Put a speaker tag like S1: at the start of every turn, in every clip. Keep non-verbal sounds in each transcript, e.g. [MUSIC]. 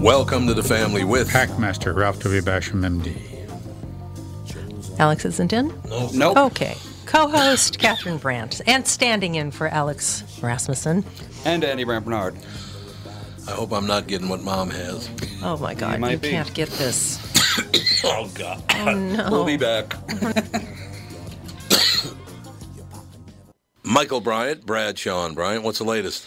S1: Welcome to the family with
S2: Hackmaster Ralph W. Basham, MD.
S3: Alex isn't in?
S1: Nope.
S2: Oh.
S3: Okay. Co host Catherine Brandt and standing in for Alex Rasmussen.
S4: And Andy Brand Bernard.
S1: I hope I'm not getting what mom has.
S3: Oh my God, you,
S4: might be.
S3: can't get this.
S1: [COUGHS] Oh God.
S4: We'll
S2: Oh.
S4: be back.
S1: Michael Bryant, Brad Sean Bryant. What's the latest?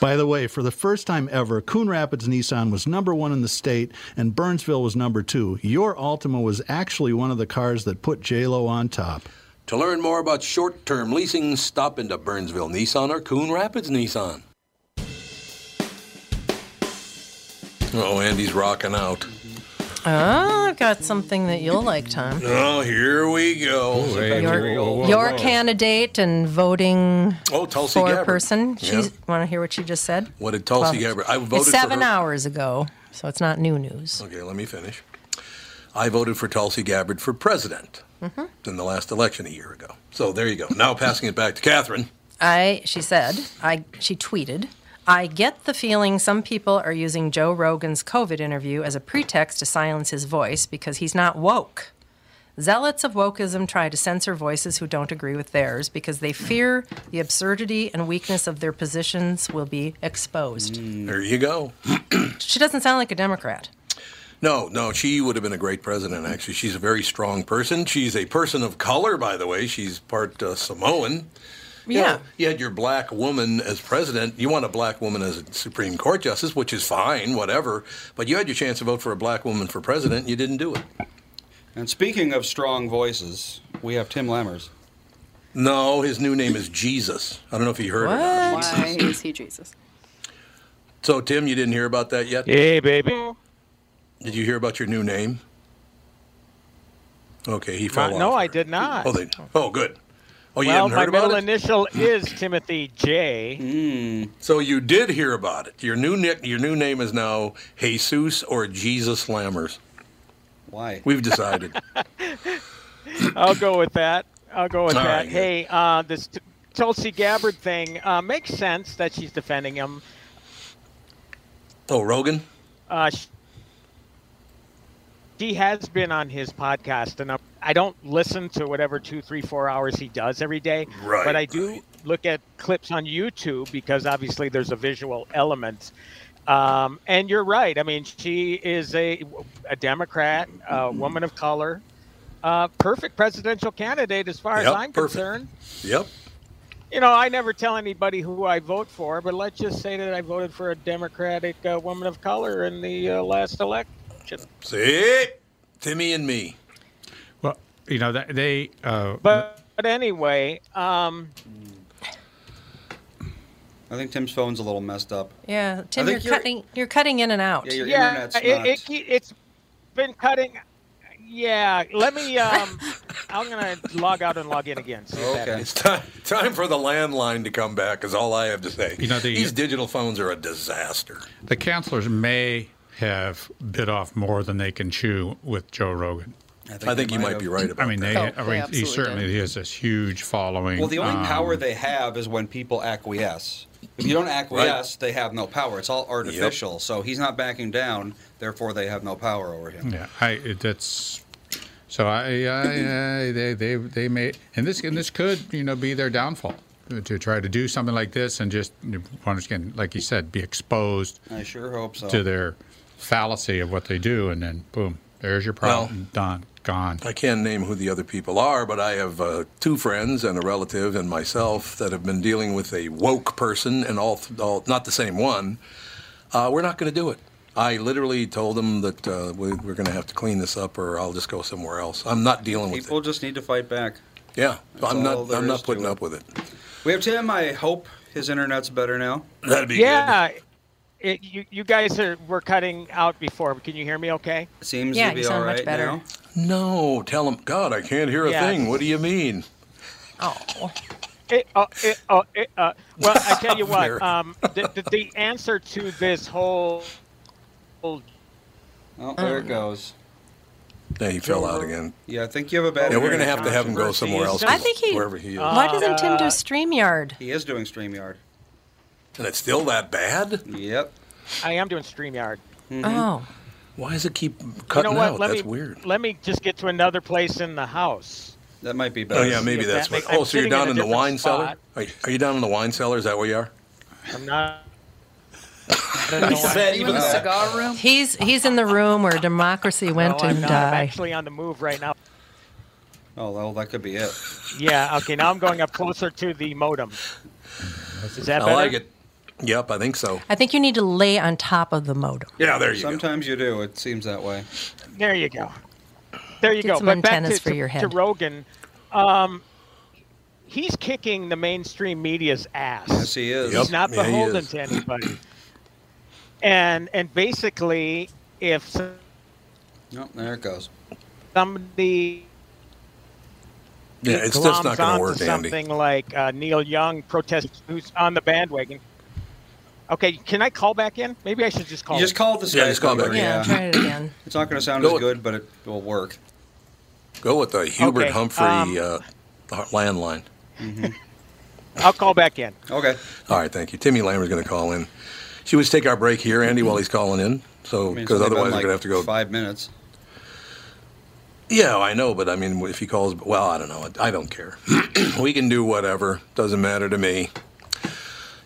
S5: By the way, for the first time ever, Coon Rapids Nissan was number one in the state and Burnsville was number two. Your Altima was actually one of the cars that put JLo on top.
S1: To learn more about short term leasing, stop into Burnsville Nissan or Coon Rapids Nissan. Oh, Andy's rocking out.
S3: Oh, I've got something that you'll like, Tom.
S1: Oh, here we go.
S3: Your, your candidate and voting
S1: Oh, Tulsi
S3: for
S1: Gabbard.
S3: person.
S1: Yeah.
S3: She's want to hear what she just said?
S1: What did Tulsi
S3: Well,
S1: Gabbard? I
S3: it's
S1: voted
S3: seven
S1: for her.
S3: hours ago, so it's not new news.
S1: Okay, let me finish. I voted for Tulsi Gabbard for president in the last election a year ago. So there you go. Now passing it back to Catherine.
S3: I she said I she tweeted I get the feeling some people are using Joe Rogan's COVID interview as a pretext to silence his voice because he's not woke. Zealots of wokeism try to censor voices who don't agree with theirs because they fear the absurdity and weakness of their positions will be exposed.
S1: There you go.
S3: She doesn't sound like a Democrat.
S1: No, no, she would have been a great president, actually. She's a very strong person. She's a person of color, by the way. She's part uh, Samoan. You know, you had your black woman as president. You want a black woman as a Supreme Court justice, which is fine, whatever. But you had your chance to vote for a black woman for president, and you didn't do it.
S4: and speaking of strong voices, we have Tim Lammers.
S1: No, his new name is Jesus. I don't know if you heard or not.
S6: Why is he Jesus?
S1: So, Tim, you didn't hear about that yet?
S7: Hey, baby.
S1: Did you hear about your new name? Okay, he fell
S7: My-
S1: off.
S7: no, I did not.
S1: Oh, they, oh, good. Oh, you
S7: well,
S1: hadn't
S7: my
S1: heard about
S7: middle
S1: it? [LAUGHS]
S7: initial is Timothy J.
S1: so you did hear about it. Your new nick, your new name is now Jesus or Jesus Lammers.
S4: Why?
S7: [LAUGHS]
S1: We've decided.
S7: I'll go with that. I'll go with
S1: Mm. All
S7: that.
S1: right.
S7: Hey, uh, this T- Tulsi Gabbard thing uh, makes sense that she's defending him.
S1: oh, Rogan.
S7: Uh, sh- she has been on his podcast, and I- I don't listen to whatever two, three, four hours he does every day.
S1: Right,
S7: but I do
S1: right.
S7: look at clips on YouTube because obviously there's a visual element. Um, and you're right. I mean, she is a, a Democrat, a
S1: Mm-hmm.
S7: woman of color, uh, perfect presidential candidate as far as
S1: Yep,
S7: I'm
S1: perfect.
S7: concerned.
S1: Yep.
S7: You know, I never tell anybody who I vote for, but let's just say that I voted for a Democratic uh, woman of color in the uh, last election.
S1: See, Timmy and me.
S2: Well, you know, that they. Uh,
S7: But, but anyway, um,
S4: I think Tim's phone's a little messed up.
S3: Yeah, Tim,
S4: think
S3: you're,
S4: you're-
S3: cutting. You're cutting in and out.
S4: Yeah, you're- Your
S6: yeah,
S4: internet's
S6: it,
S4: not-
S6: it, ke- it's been cutting. Yeah, let
S4: [LAUGHS]
S6: me. Um, I'm gonna log out and log in again. See if that
S4: Okay.
S1: It's time, time for the landline to come back, is all I have to say.
S2: You know, the-
S1: These digital phones are a disaster.
S2: The counselors may have bit off more than they can chew with Joe Rogan.
S1: I think
S4: they
S1: you might
S4: have.
S1: be right about
S2: I mean,
S1: that.
S2: they,
S8: Oh, they
S2: I mean, he
S8: absolutely
S2: certainly
S8: did.
S2: has this huge following.
S4: Well, the only
S2: um,
S4: power they have is when people acquiesce. If you don't acquiesce, they have no power. It's all artificial. So he's not backing down. Therefore, they have no power over him.
S2: Yeah, I it- that's so I, I, I they they they may and this and this could you know be their downfall uh, to try to do something like this and just you know, once again like you said be exposed
S4: I sure hope so.
S2: to their fallacy of what they do and then boom there's your problem done gone
S1: I can't name who the other people are, but I have uh, two friends and a relative and myself that have been dealing with a woke person and all, all not the same one. Uh, we're not going to do it. I literally told them that uh, we, we're going to have to clean this up, or I'll just go somewhere else. I'm not dealing with
S4: People just need to fight back.
S1: it. Yeah, I'm
S4: all
S1: not.
S4: there
S1: I'm
S4: is
S1: not
S4: to
S1: putting
S4: it.
S1: up with it.
S4: We have Tim. I hope his internet's better now.
S1: That'd be
S6: yeah, it, you you guys are were cutting out before. Can you hear me? Okay.
S4: Seems
S3: Yeah,
S4: to be
S3: you sound
S4: all
S3: much
S4: right
S3: better.
S4: now.
S1: good. No, tell them. God, I can't hear a
S6: Yeah.
S1: thing. What do you mean?
S3: Oh,
S6: It, uh, it, uh, it, uh, well, I tell
S4: [LAUGHS]
S6: you what.
S1: Very-
S6: Um, the, the, the answer to this whole, whole
S4: Oh, there
S2: Mm.
S4: it goes.
S1: Yeah, he fell out again.
S4: Yeah, I think you have a bad.
S1: Yeah, we're going to
S4: internet
S1: have to have him go
S4: controversy.
S1: somewhere else.
S3: I think he- Uh,
S1: wherever he is,
S3: why doesn't Tim
S6: Uh,
S3: do Streamyard?
S4: He is doing Streamyard.
S1: and it's still that bad.
S4: Yep.
S6: I am doing Streamyard.
S3: Oh,
S1: Why does it keep
S6: You
S1: cutting
S6: know what?
S1: out?
S6: Let
S1: That's
S6: me
S1: weird.
S6: let me just get to another place in the house.
S4: That might be better.
S1: Oh yeah, maybe
S6: if
S1: that's
S6: that makes-
S1: what. Oh,
S6: I'm
S1: so you're
S6: sitting
S1: down
S6: in a
S1: in the
S6: different
S1: wine cellar?
S6: spot.
S1: Are you, are you down in the wine cellar? Is that where you are?
S6: I'm not.
S3: [LAUGHS]
S8: Are you in the cigar room?
S3: he's he's in the room where democracy
S6: No,
S3: went
S6: I'm
S3: and
S6: not. I'm
S3: died.
S6: actually on the move right now.
S4: Oh, well, that could be it.
S6: Yeah. Okay. Now I'm going up closer to the modem. Is that
S1: I
S6: better?
S1: like it. Yep, I think so.
S3: I think you need to lay on top of the modem.
S1: Yeah, there you go.
S4: Sometimes you do. It seems that way.
S6: There you go. There you
S3: Get
S6: go.
S3: some
S6: but back
S3: antennas
S6: to,
S3: for
S6: to-
S3: your
S6: to
S3: head.
S6: Rogan, um, he's kicking the mainstream media's ass.
S4: Yes, he is.
S1: Yep.
S6: He's not
S1: Yeah, he
S6: beholden
S1: is.
S6: to anybody. And and basically, if
S4: Oh, there it goes.
S6: somebody
S1: Yeah, it's just not going
S6: gloms
S1: to
S6: onto
S1: work,
S6: something
S1: Andy.
S6: like uh, Neil Young protest who's on the bandwagon. Okay, can I call back in? Maybe I should just call.
S4: You just
S6: in.
S4: called the Skype
S1: Yeah, just call back.
S4: number,
S3: Yeah, try it again.
S4: It's not going to sound
S1: Go
S4: as
S1: with-
S4: good, but it will work.
S1: Go with the Hubert
S6: Okay,
S1: Humphrey
S6: um,
S1: uh, landline.
S6: I'll call back in.
S4: Okay.
S1: All right, thank you. Timmy Lammer's going to call in. She was take our break here, Andy, while he's calling in. So,
S4: I mean, it's
S1: because
S4: only been
S1: otherwise
S4: like
S1: we're going to have to go.
S4: five minutes.
S1: Yeah, I know, but I mean, if he calls, well, I don't know. I don't care. [CLEARS THROAT] we can do whatever. Doesn't matter to me.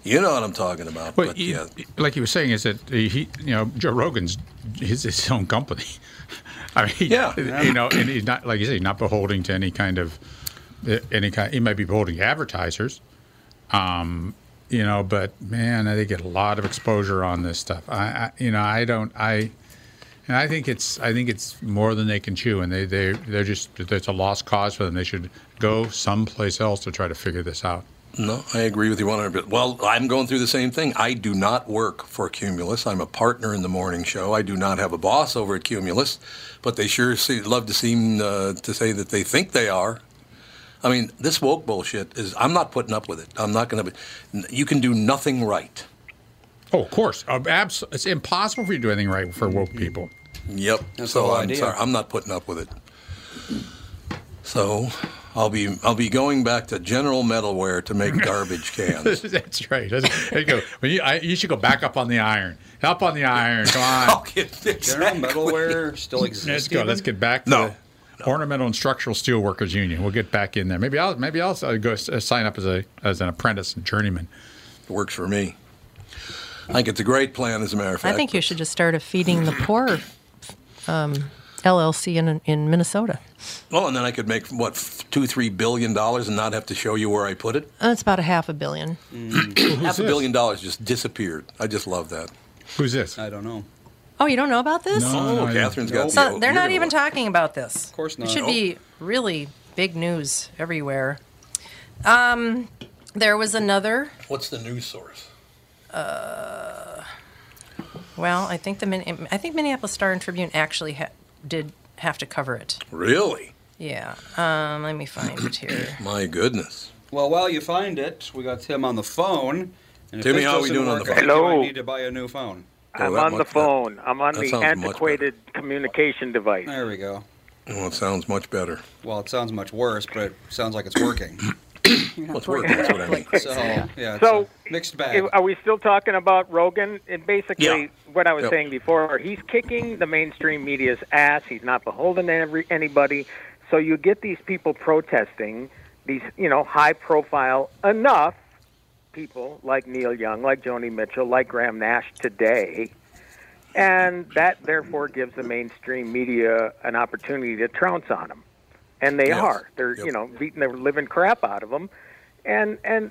S1: You know what I'm talking about.
S2: Well,
S1: but
S2: you-
S1: yeah,
S2: like you were saying, is that he, you know, Joe Rogan's his, his own company. [LAUGHS] I mean,
S1: Yeah.
S2: you know, and he's not like you say, he's not beholden to any kind of uh, any kind. He might be beholden to advertisers, um, you know, but man, they get a lot of exposure on this stuff. I, I you know, I don't, I. And I think it's I think it's more than they can chew, and they they they're just it's a lost cause for them. They should go someplace else to try to figure this out.
S1: No, I agree with you 100%. Well, I'm going through the same thing. I do not work for Cumulus. I'm a partner in the morning show. I do not have a boss over at Cumulus, but they sure see, love to seem uh, to say that they think they are. I mean, this woke bullshit is, I'm not putting up with it. I'm not going to be, you can do nothing right.
S2: Oh, of course. Uh, abs- it's impossible for you to do anything right for woke people. [LAUGHS]
S1: Yep.
S4: That's the
S1: so
S4: whole
S1: I'm
S4: idea.
S1: sorry. I'm not putting up with it. So I'll be, I'll be going back to general metalware to make garbage
S4: [LAUGHS]
S1: cans.
S2: That's right. That's, there you go. Well, you, I, you should go back up on the iron. Up on the iron. Come
S1: [LAUGHS]
S2: on.
S1: Okay,
S4: General
S1: exactly. [LAUGHS]
S4: metalware still exists.
S2: Let's go. Let's
S4: even?
S2: get back to
S1: No.
S2: the Ornamental and Structural Steelworkers Union. We'll get back in there. Maybe I'll maybe I'll uh, go s- uh, sign up as a as an apprentice and journeyman.
S1: works for me. I think it's a great plan, as a matter of
S3: I
S1: fact.
S3: think you should just start a feeding the poor um, LLC in in Minnesota.
S1: Well, Oh, and then I could make what f- two, three billion dollars and not have to show you where I put
S3: [LAUGHS]
S1: it.
S3: That's Uh, about a half a billion.
S1: Half a billion dollars just disappeared. I just love that.
S2: Who's this?
S1: Uh,
S4: I don't know.
S3: Oh, you don't know about this?
S2: No.
S1: Oh,
S2: yeah.
S1: Catherine's got.
S3: So
S1: the,
S3: they're
S1: you're
S3: not
S1: gonna
S3: even
S1: look.
S3: talking about this. Of
S4: course
S3: It
S4: not.
S3: should
S4: Nope.
S3: be really big news everywhere. Um, there was another
S1: What's the news source?
S3: Uh, well, I think the Min- I think Minneapolis Star and Tribune actually ha- did have to cover it.
S1: Really?
S3: Yeah. Um, let me find it here. [CLEARS THROAT]
S1: My goodness.
S4: Well, while you find it, we got Tim on the phone. And if
S1: Timmy,
S4: this
S1: how are we
S4: doesn't
S1: doing on
S4: work,
S1: the
S4: I think
S6: phone?
S4: I
S6: Hello.
S4: need to buy a new phone.
S6: I'm
S1: that
S6: on the
S1: much- that-
S6: phone. I'm on
S1: that
S6: the
S1: sounds much better.
S6: antiquated communication device.
S4: There we go.
S1: Well, Oh, it sounds much better.
S4: Well, it sounds much worse, but it sounds like it's
S6: [LAUGHS]
S4: working.
S1: Well, it's working. That's what I mean.
S4: So, yeah, it's
S6: So,
S4: a mixed bag.
S6: Are we still talking about Rogan? And basically,
S1: Yeah.
S6: what I was
S1: Yep.
S6: saying before, he's kicking the mainstream media's ass. He's not beholden to every, anybody. So you get these people protesting these, you know, high-profile enough people like Neil Young, like Joni Mitchell, like Graham Nash today. And that therefore gives the mainstream media an opportunity to trounce on them. And they
S1: Yes.
S6: are. They're,
S1: Yep.
S6: you know, beating the living crap out of them. And and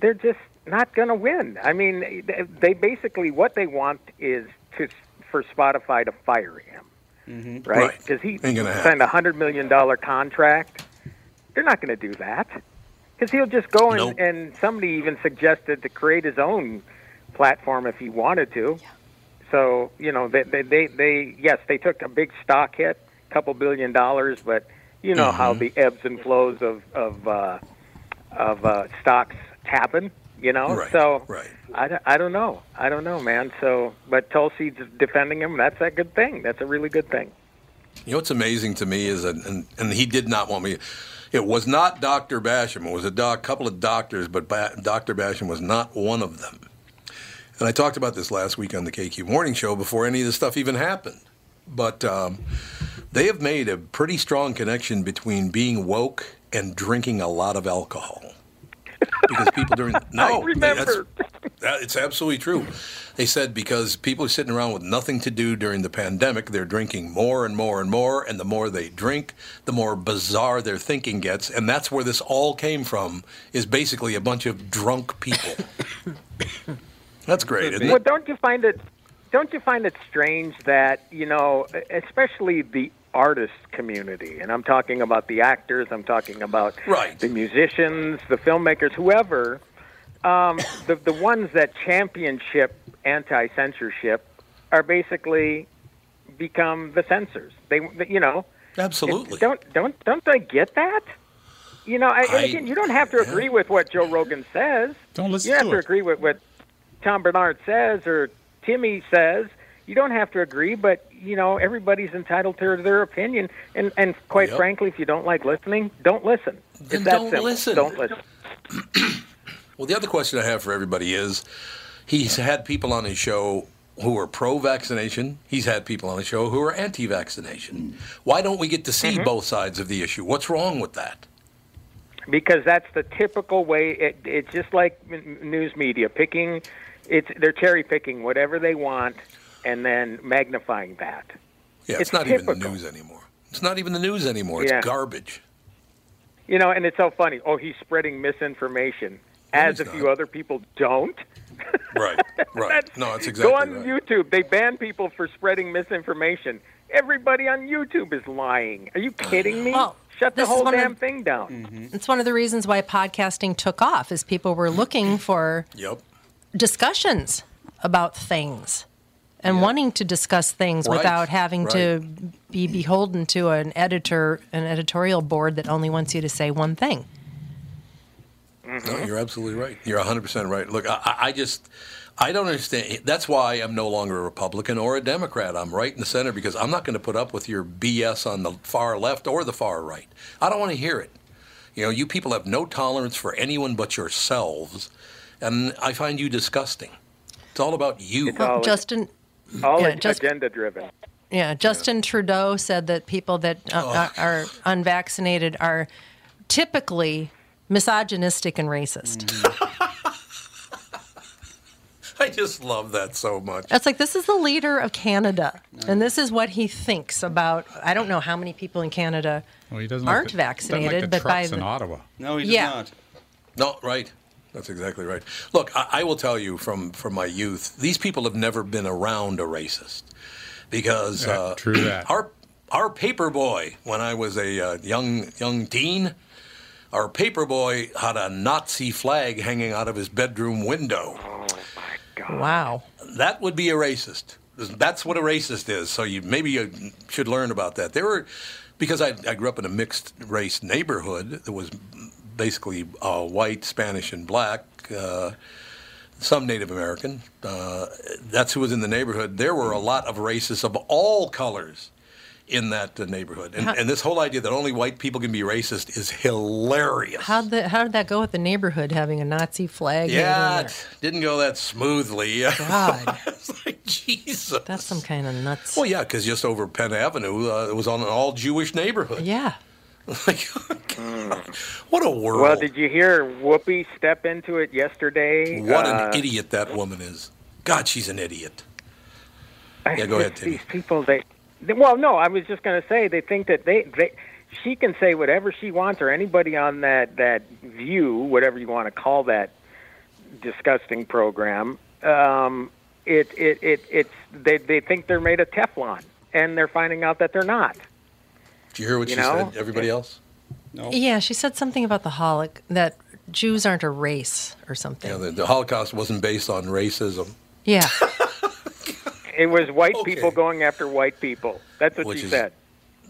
S6: they're just not going to win. I mean, they- they basically what they want is to for Spotify to fire him. Right?
S1: Right.
S6: Because he
S1: Ain't gonna happen.
S6: signed a $100 million contract. They're not going to do that. Because he'll just go and,
S1: Nope.
S6: and somebody even suggested to create his own platform if he wanted to. So you know they, they they they yes they took a big stock hit, couple billion dollars, but you know how
S1: Mm-hmm.
S6: the ebbs and flows of of uh, of uh, stocks happen. You know,
S1: Right,
S6: so
S1: right.
S6: I, don't- I don't know. I don't know, man. So, but Tulsi's defending him. That's a good thing. That's a really good thing.
S1: You know what's amazing to me is that, and, and he did not want me. It was not Dr. Basham. It was a doc, couple of doctors, but ba- Dr. Basham was not one of them. And I talked about this last week on the KQ Morning Show before any of this stuff even happened. But um, they have made a pretty strong connection between being woke and drinking a lot of alcohol. Because people during no,
S6: [LAUGHS] I remember.
S1: that's- that, it's absolutely true. They said because people are sitting around with nothing to do during the pandemic, they're drinking more and more and more, and the more they drink, the more bizarre their thinking gets, and that's where this all came from. Is basically a bunch of drunk people. that's
S6: [LAUGHS]
S1: great, isn't
S6: Well,
S1: it?
S6: don't you find it? Don't you find it strange that you know, especially the artist community, and I'm talking about the actors, I'm talking about
S1: Right.
S6: the musicians, the filmmakers, whoever, um, the the ones that championship anti-censorship are basically become the censors. They, you know,
S1: Absolutely.
S6: don't don't don't they get that? You know, I,
S1: I-
S6: and again, you don't have to
S1: yeah.
S6: agree with what Joe Rogan says.
S2: Don't listen
S6: You have
S2: to
S6: to
S2: it.
S6: agree with what Tom Bernard says or Timmy says. You don't have to agree, but you know everybody's entitled to their opinion. And and quite
S1: Yep.
S6: frankly, if you don't like listening, don't listen. It's
S1: Then
S6: that
S1: don't
S6: simple.
S1: listen.
S6: Don't listen.
S1: Well, the other question I have for everybody is he's had people on his show who are pro vaccination, he's had people on his show who are anti vaccination.
S6: Mm-hmm.
S1: Why don't we get to see both sides of the issue? What's wrong with that?
S6: because that's the typical way. It, it's just like n- news media picking. It's they're cherry picking whatever they want and then magnifying that.
S1: Yeah, it's,
S6: It's
S1: not even the
S6: typical.
S1: news anymore. It's not even the news anymore.
S6: Yeah.
S1: It's
S6: [LAUGHS]
S1: garbage.
S6: You know, and it's so funny. Oh, he's spreading misinformation as
S1: he's
S6: a few
S1: not.
S6: other people don't.
S1: Right, right.
S6: That's-
S1: no, it's exactly
S6: Go on
S1: right.
S6: YouTube. They ban people for spreading misinformation. Everybody on YouTube is lying. Are you kidding me?
S3: Well,
S6: Shut the
S3: this is
S6: whole
S3: one of
S6: damn
S3: the-
S6: thing down.
S3: It's one of the reasons why podcasting took off is people were looking for
S1: Yep.
S3: discussions about things and wanting to discuss things
S1: Right,
S3: without having to be beholden to an editor, an editorial board that only wants you to say one thing.
S1: No, you're absolutely right. You're 100% right. Look, I- I, I just, I don't understand. That's why I'm no longer a Republican or a Democrat. I'm right in the center because I'm not going to put up with your BS on the far left or the far right. I don't want to hear it. You know, you people have no tolerance for anyone but yourselves, and I find you disgusting. It's all about you.
S6: all- Well,
S3: Justin,
S1: Mm.
S6: All
S3: Yeah, just-
S6: agenda driven.
S3: yeah, Justin Trudeau said that people that uh, are, are unvaccinated are typically misogynistic and racist.
S1: [LAUGHS] I just love that so much.
S3: That's like this is the leader of Canada, and this is what he thinks about. I don't know how many people in Canada
S2: Well, he doesn't
S3: aren't
S2: like the,
S3: vaccinated,
S2: doesn't like the
S3: but by
S2: trucks
S3: the,
S2: in Ottawa.
S4: no, he does
S3: yeah.
S4: not.
S1: No, right. That's exactly right. Look, I, I will tell you from, from my youth, these people have never been around a racist because
S2: Yeah,
S1: uh,
S2: true that.
S1: our our paper boy when I was a uh, young young teen, our paper boy had a Nazi flag hanging out of his bedroom window.
S6: God.
S3: Wow.
S1: That would be a racist. That's what a racist is. So you maybe you should learn about that. There were because I, I grew up in a mixed race neighborhood that was basically uh, white, Spanish, and black. Uh, some Native American. Uh, that's who was in the neighborhood. There were a lot of racists of all colors in that uh, neighborhood, and,
S3: How-
S1: and this whole idea that only white people can be racist is hilarious.
S3: How'd the, how did that go with the neighborhood having a Nazi flag? hanging
S1: yeah,
S3: in there?
S1: it didn't go that smoothly. [LAUGHS]
S3: God,
S1: It's like, Jesus.
S3: that's some kind of nuts.
S1: Well, yeah, because just over Penn Avenue, uh, it was on an all Jewish neighborhood.
S3: yeah.
S1: [LAUGHS] Like, what a world.
S6: Hmm. Well, did you hear Whoopi step into it yesterday?
S1: what
S6: Uh,
S1: an idiot that woman is. God, she's an idiot. Yeah, go ahead,
S6: It's
S1: Timmy.
S6: These people, they, they, well, no, I was just going to say they think that they, they, she can say whatever she wants, or anybody on that that view, whatever you want to call that disgusting program. Um, it, it, it, it's they, they think they're made of Teflon, and they're finding out that they're not.
S1: Did you hear what
S6: You
S1: she
S6: know?
S1: said? Everybody else?
S3: Yeah, she said something about the holoc that Jews aren't a race or something.
S1: Yeah, the, the Holocaust wasn't based on racism,
S3: yeah.
S6: It was white
S1: Okay.
S6: people going after white people. That's what
S1: Which
S6: she
S1: is-
S6: said.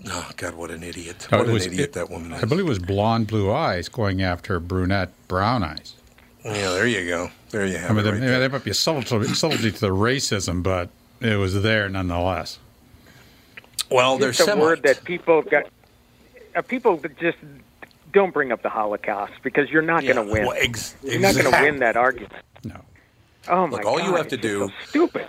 S1: Oh God, what an idiot!
S2: No,
S1: what
S2: Uh, it
S1: an
S2: was-
S1: idiot
S2: it-
S1: that woman is.
S2: I believe it was blonde blue eyes going after brunette brown eyes.
S1: yeah, there you go. There you have
S2: I mean,
S1: it.
S2: there,
S1: right
S2: there
S1: there.
S2: might be a subtlety, subtlety to the racism, but it was there nonetheless.
S1: Well,
S6: It's
S1: there's
S6: a word that people got. Uh, people that just don't bring up the Holocaust because you're not going to win.
S1: Well, e- ex-
S6: You're not going to
S1: exactly.
S6: win that argument.
S2: No.
S6: Oh my
S1: Look, all you
S6: God,
S1: have to
S6: it's just
S1: do-
S6: so stupid.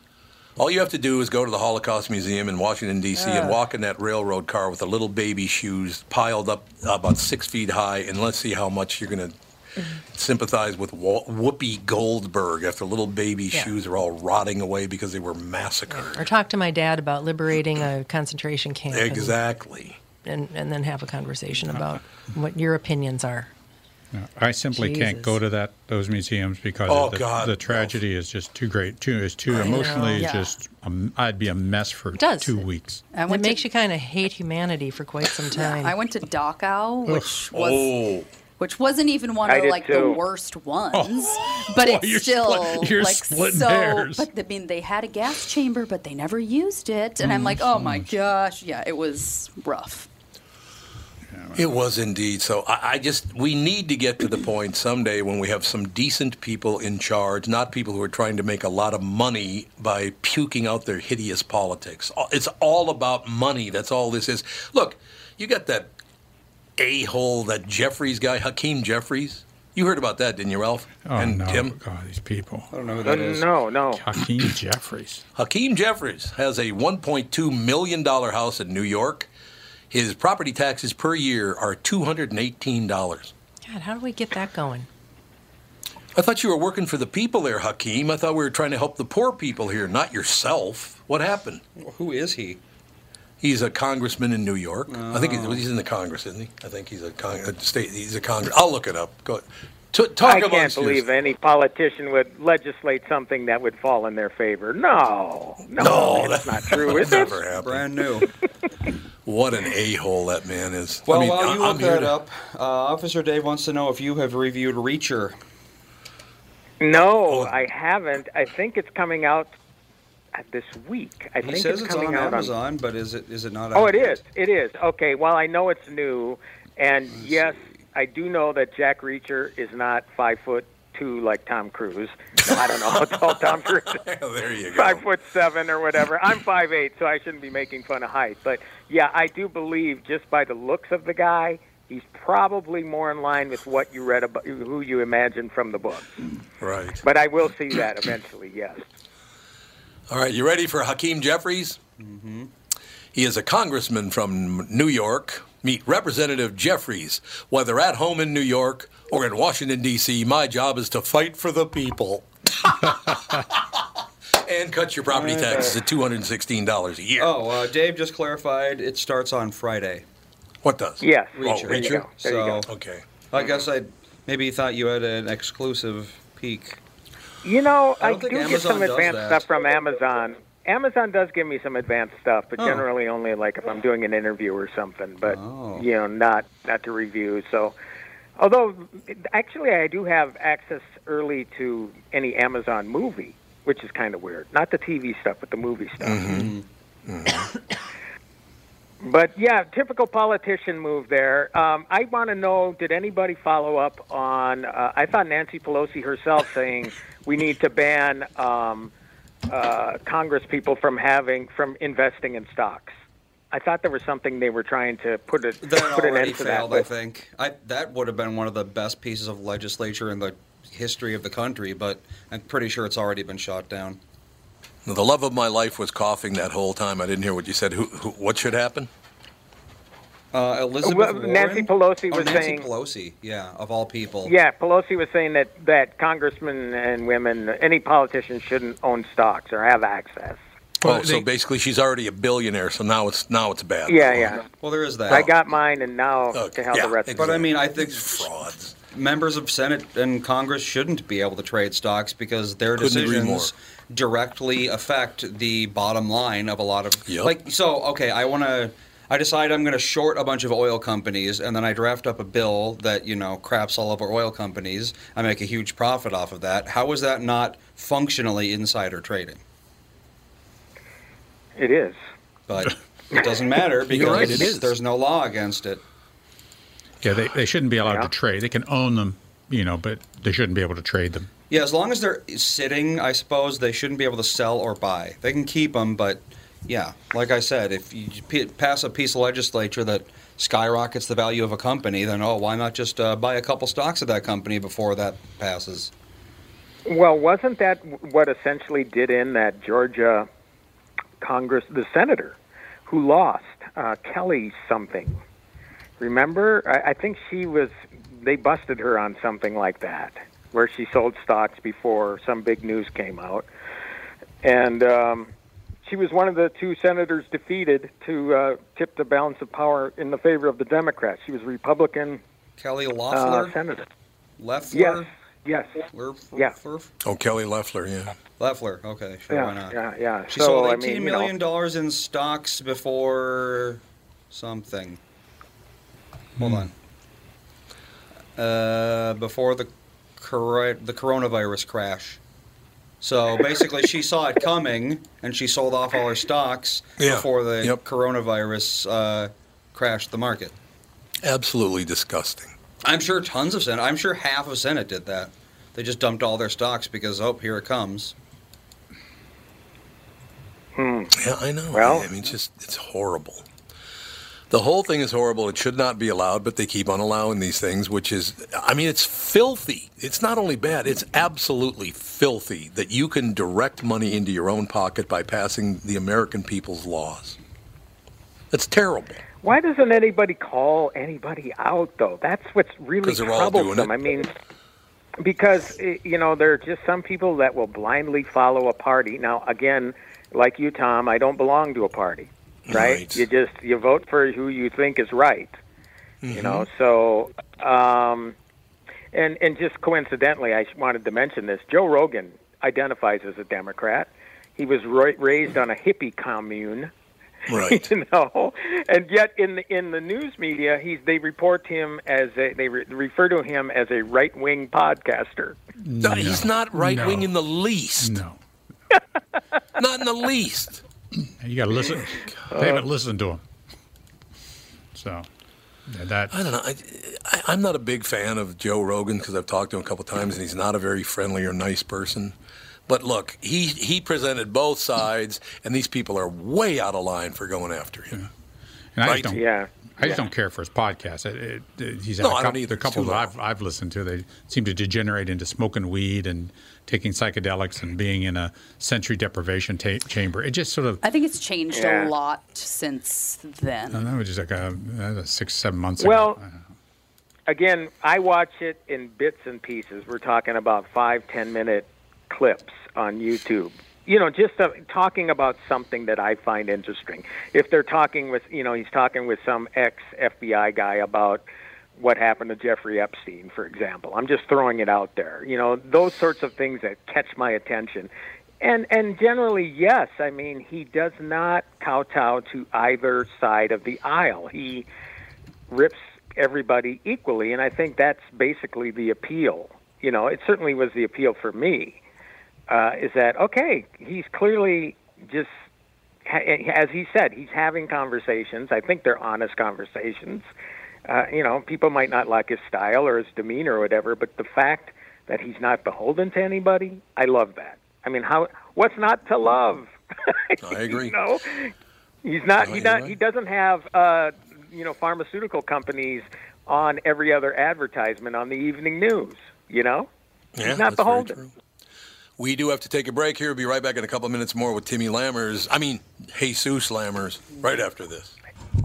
S1: All you have to do is go to the Holocaust Museum in Washington D.C. and walk in that railroad car with the little baby shoes piled up about six feet high, and let's see how much you're going to sympathize with Wa- Whoopi Goldberg after little baby
S3: Yeah.
S1: shoes are all rotting away because they were massacred.
S3: Or talk to my dad about liberating a concentration camp. and-
S1: Exactly.
S3: And, and, then have a conversation about what your opinions are.
S2: No, I simply can't
S3: Jesus.
S2: go to that those museums because
S1: Oh,
S2: of the,
S1: God,
S2: the
S1: no.
S2: tragedy is just too great. Too is too
S3: I know.
S2: emotionally
S9: Yeah.
S2: just um, I'd be a mess for
S3: does.
S2: two weeks.
S9: I
S3: It
S9: went
S3: makes
S9: to,
S3: you kind of hate humanity for quite some time.
S9: I went to Dachau, which was
S1: Oh,
S9: which wasn't even one
S6: I
S9: of
S6: did
S9: like the
S6: too.
S9: worst ones, but it's
S2: you're
S9: still
S2: split- you're
S9: like
S2: splitting
S9: so.
S2: hairs.
S9: But I mean, they had a gas chamber, but they never used it, and I'm like, oh my gosh, yeah, it was rough.
S1: it was indeed. So I, I just, we need to get to the point someday when we have some decent people in charge, not people who are trying to make a lot of money by puking out their hideous politics. It's all about money. That's all this is. Look, you got that a hole, that Jeffries guy, Hakeem Jeffries. You heard about that, didn't you, Ralph?
S2: Oh
S1: and
S2: no,
S1: Tim?
S2: God, these people.
S3: Oh.
S4: I don't know who
S6: Uh,
S4: that is.
S6: No, no.
S3: [LAUGHS]
S2: Hakeem Jeffries.
S1: Hakeem Jeffries has a $1.2 million house in New York. His property taxes per year are $218.
S3: God, how do we get that going?
S1: I thought you were working for the people there, Hakeem. I thought we were trying to help the poor people here, not yourself. What happened?
S4: Who is he?
S1: He's a congressman in New York. I think
S4: Oh.
S1: he's, he's in the Congress, isn't he? I think he's a, con- a state. He's a Congress. I'll look it up. Go T- talk
S6: I
S1: amongst
S6: can't believe
S1: yours.
S6: any politician would legislate something that would fall in their favor. No, no,
S1: No,
S6: that's
S1: that- [LAUGHS]
S6: not true, is it?
S1: Never happened.
S4: Brand new.
S1: What an a hole that man is.
S4: Well,
S1: I mean,
S4: while
S1: I-
S4: you
S1: I'm
S4: look
S1: here
S4: that
S1: to-
S4: up, uh, Officer Dave wants to know if you have reviewed Reacher.
S6: No,
S1: Oh.
S6: I haven't. I think it's coming out uh, this week. I
S4: He
S6: think
S4: says
S6: it's
S4: it's
S6: coming
S4: on
S6: out
S4: Amazon, but is it is it not?
S6: Oh,
S4: out
S6: it
S4: yet?
S6: is. It is. Okay. Well, I know it's new, and yes, I do know that Jack Reacher is not five foot two like Tom Cruise. No, I don't know
S4: [LAUGHS]
S6: how tall Tom Cruise. Is.
S1: [LAUGHS] there you go.
S6: Five foot seven or whatever. I'm five eight, so I shouldn't be making fun of height. But yeah, I do believe just by the looks of the guy, he's probably more in line with what you read about who you imagined from the book.
S1: Right.
S6: But I will see that eventually. Yes.
S1: All right, you ready for Hakeem Jeffries? Mm-hmm. He is a congressman from New York. Meet Representative Jeffries. Whether at home in New York or in Washington, D.C., my job is to fight for the people. [LAUGHS] and cut your property taxes at $216 a year.
S4: Oh, uh, Dave just clarified. It starts on Friday.
S1: What does?
S6: Yes.
S4: Reacher.
S6: Oh, There you go. There you go.
S4: So
S1: Okay.
S4: I guess I maybe thought you had an exclusive peek.
S6: You know,
S4: I
S6: I,
S4: don't
S6: do
S4: think
S6: get
S4: Amazon
S6: some
S4: does
S6: advanced
S4: that.
S6: stuff from Amazon. Amazon does give me some advanced stuff,
S4: Oh.
S6: but generally only like if I'm doing an interview or something. But
S4: Oh.
S6: you know, not not to review. So, although actually I do have access early to any Amazon movie, which is kind of weird. Not the TV stuff, but the movie stuff.
S4: Mm-hmm.
S6: But yeah, typical politician move there. Um, I want to know: Did anybody follow up on? Uh, I thought Nancy Pelosi herself saying we need to ban um, uh, Congress people from having from investing in stocks. I thought there was something they were trying to put it
S4: That
S6: put an
S4: already
S6: end to that.
S4: failed, I
S6: with.
S4: think. I, that would have been one of the best pieces of legislature in the history of the country, but I'm pretty sure it's already been shot down.
S1: The love of my life was coughing that whole time. I didn't hear what you said. Who, who, what should happen?
S4: Uh, Elizabeth
S6: Well,
S4: Warren?
S6: Nancy Pelosi
S4: Oh,
S6: was
S4: Nancy
S6: saying-
S4: Pelosi, yeah, of all people.
S6: Yeah, Pelosi was saying that that congressmen and women, any politician, shouldn't own stocks or have access.
S2: Well,
S1: oh, so
S2: they-
S1: basically, she's already a billionaire. So now it's now it's bad.
S6: Yeah, yeah.
S4: Well, there is that.
S6: I got mine, and now
S1: Okay,
S6: to hell
S1: yeah,
S6: the rest. of
S4: But
S6: it.
S4: I mean, I think
S1: Frauds.
S4: members of Senate and Congress shouldn't be able to trade stocks because their
S1: Couldn't agree
S4: decisions directly affect the bottom line of a lot of
S1: Yep.
S4: like so okay I want to I decide I'm going to short a bunch of oil companies and then I draft up a bill that you know craps all of our oil companies I make a huge profit off of that how is that not functionally insider trading
S6: it is.
S4: but it doesn't matter because
S1: right, it is.
S4: there's no law against it
S2: Yeah, they, they shouldn't be allowed
S6: Yeah.
S2: to trade. They can own them, you know, but they shouldn't be able to trade them.
S4: Yeah, as long as they're sitting, I suppose they shouldn't be able to sell or buy. They can keep them, but yeah, like I said, if you p- pass a piece of legislature that skyrockets the value of a company, then oh, why not just uh, buy a couple stocks of that company before that passes?
S6: Well, wasn't that what essentially did in that Georgia Congress, the senator who lost, uh, Kelly something? Remember? I, I think she was, they busted her on something like that, where she sold stocks before some big news came out. And um, she was one of the two senators defeated to uh, tip the balance of power in the favor of the Democrats. She was a Republican
S4: Kelly
S6: uh,
S4: Loeffler,
S6: senator. Yes,
S4: Leffler,
S6: yes.
S4: Lerf-
S6: Yeah.
S4: Lerf-
S1: Oh, Kelly Leffler. Yeah.
S4: Leffler. Okay, sure, why
S6: Yeah,
S4: not?
S6: yeah, yeah.
S4: She
S6: so,
S4: sold
S6: I
S4: eighteen
S6: mean,
S4: million
S6: you know,
S4: dollars in stocks before something. Hold on. Uh, before the cor- the coronavirus crash. So basically, she saw it coming, and she sold off all her stocks
S1: Yeah.
S4: before the
S1: Yep.
S4: coronavirus uh, crashed the market.
S1: Absolutely disgusting.
S4: I'm sure tons of Senate. I'm sure half of Senate did that. They just dumped all their stocks because oh, here it comes.
S1: Yeah, I know.
S6: Well-
S1: I mean, it's just it's horrible. The whole thing is horrible. It should not be allowed, but they keep on allowing these things, which is, I mean, it's filthy. It's not only bad, it's absolutely filthy that you can direct money into your own pocket by passing the American people's laws. That's terrible.
S6: Why doesn't anybody call anybody out though? That's what's really
S1: 'Cause they're all doing
S6: troublesome.
S1: it.
S6: I mean, because eh, you know there are just some people that will blindly follow a party. Now, again, like you, Tom, I don't belong to a party, right?
S1: Right.
S6: You just you vote for who you think is right. You know,
S1: Mm-hmm.
S6: so um, and and just coincidentally, I wanted to mention this. Joe Rogan identifies as a Democrat. He was ra- raised on a hippie commune [LAUGHS]
S1: Right.
S6: you know and yet in the in the news media he's they report him as a they re, refer to him as a right wing podcaster
S1: No, [LAUGHS] He's not right wing
S2: No.
S1: in the least.
S2: No.
S1: Not in the least.
S2: You got to listen. they haven't listened to them. So yeah, that.
S1: I don't know. I, I, I'm not a big fan of Joe Rogan because I've talked to him a couple times, and he's not a very friendly or nice person. But look, he he presented both sides, and these people are way out of line for going after him.
S2: And I
S1: Right.
S2: just don't.
S6: yeah
S2: I just don't care for his podcast. It, it, it- he's had
S1: No,
S2: a
S1: I don't
S2: couple,
S1: either.
S2: the
S1: It's
S2: couple
S1: too
S2: that
S1: loud.
S2: I've, I've listened to, they seem to degenerate into smoking weed and taking psychedelics and being in a sensory deprivation ta- chamber. It just sort of,
S9: I think it's changed
S6: Yeah.
S9: a lot since then.
S2: I don't know, it was just like a, uh, six, seven months
S6: Well- uh-huh.
S2: ago. I don't know.
S6: again i watch it in bits and pieces we're talking about five ten minute clips on youtube you know just uh, talking about something that i find interesting if they're talking with you know he's talking with some ex fbi guy about what happened to jeffrey epstein for example i'm just throwing it out there you know those sorts of things that catch my attention and and generally yes i mean he does not kowtow to either side of the aisle he rips everybody equally, and I think that's basically the appeal. You know, it certainly was the appeal for me. uh, is that okay? He's clearly just, ha- as he said, he's having conversations. I think they're honest conversations. Uh, you know, people might not like his style or his demeanor or whatever, but the fact that he's not beholden to anybody, I love that. I mean, how what's not to love? [LAUGHS]
S1: I agree.
S6: you know, he's not.
S1: No,
S6: he
S1: you're
S6: not.
S1: right.
S6: He doesn't have. Uh, you know, pharmaceutical companies on every other advertisement on the evening news. You know,
S1: Yeah,
S6: he's
S1: that's
S6: not
S1: very
S6: beholden.
S1: true. We do have to take a break here. We'll be right back in a couple minutes more with Timmy Lammers. I mean, Jesus Lammers, right after this.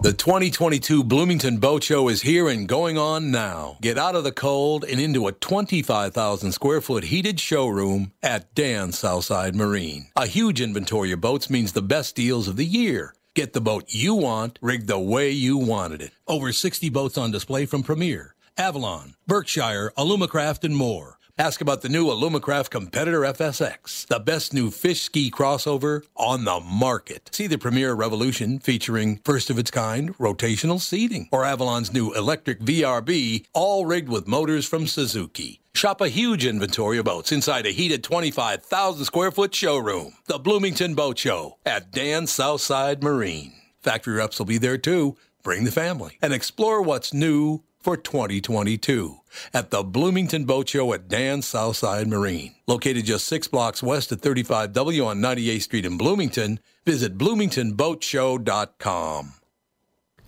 S1: The 2022 Bloomington Boat Show is here and going on now. Get out of the cold and into a 25,000 square foot heated showroom at Dan Southside Marine. A huge inventory of boats means the best deals of the year. Get the boat you want, rigged the way you wanted it. Over 60 boats on display from Premier, Avalon, Berkshire, Alumacraft, and more. Ask about the new Alumacraft competitor FSX, the best new fish ski crossover on the market. See the Premier Revolution featuring first of its kind rotational seating or Avalon's new electric VRB, all rigged with motors from Suzuki. Shop a huge inventory of boats inside a heated 25,000 square foot showroom, the Bloomington Boat Show at Dan Southside Marine. Factory reps will be there too. Bring the family and explore what's new for 2022 at the Bloomington Boat Show at Dan Southside Marine. Located just six blocks west of 35W on 98th Street in Bloomington, visit bloomingtonboatshow.com.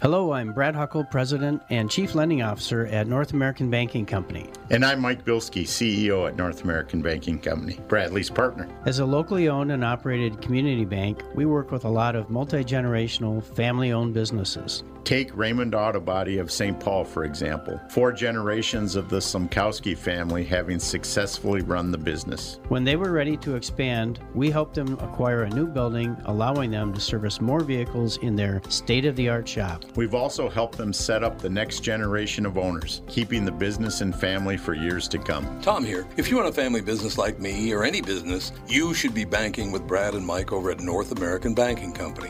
S10: Hello, I'm Brad Huckle, President and Chief Lending Officer at North American Banking Company.
S11: And I'm Mike Bilski, CEO at North American Banking Company, Bradley's partner.
S10: As a locally owned and operated community bank, we work with a lot of multi generational, family owned businesses.
S11: Take Raymond Auto Body of St. Paul, for example. Four generations of the Sumkowski family having successfully run the business.
S10: When they were ready to expand, we helped them acquire a new building, allowing them to service more vehicles in their state of the art shop.
S11: We've also helped them set up the next generation of owners, keeping the business and family for years to come.
S1: Tom here. If you run a family business like me or any business, you should be banking with Brad and Mike over at North American Banking Company.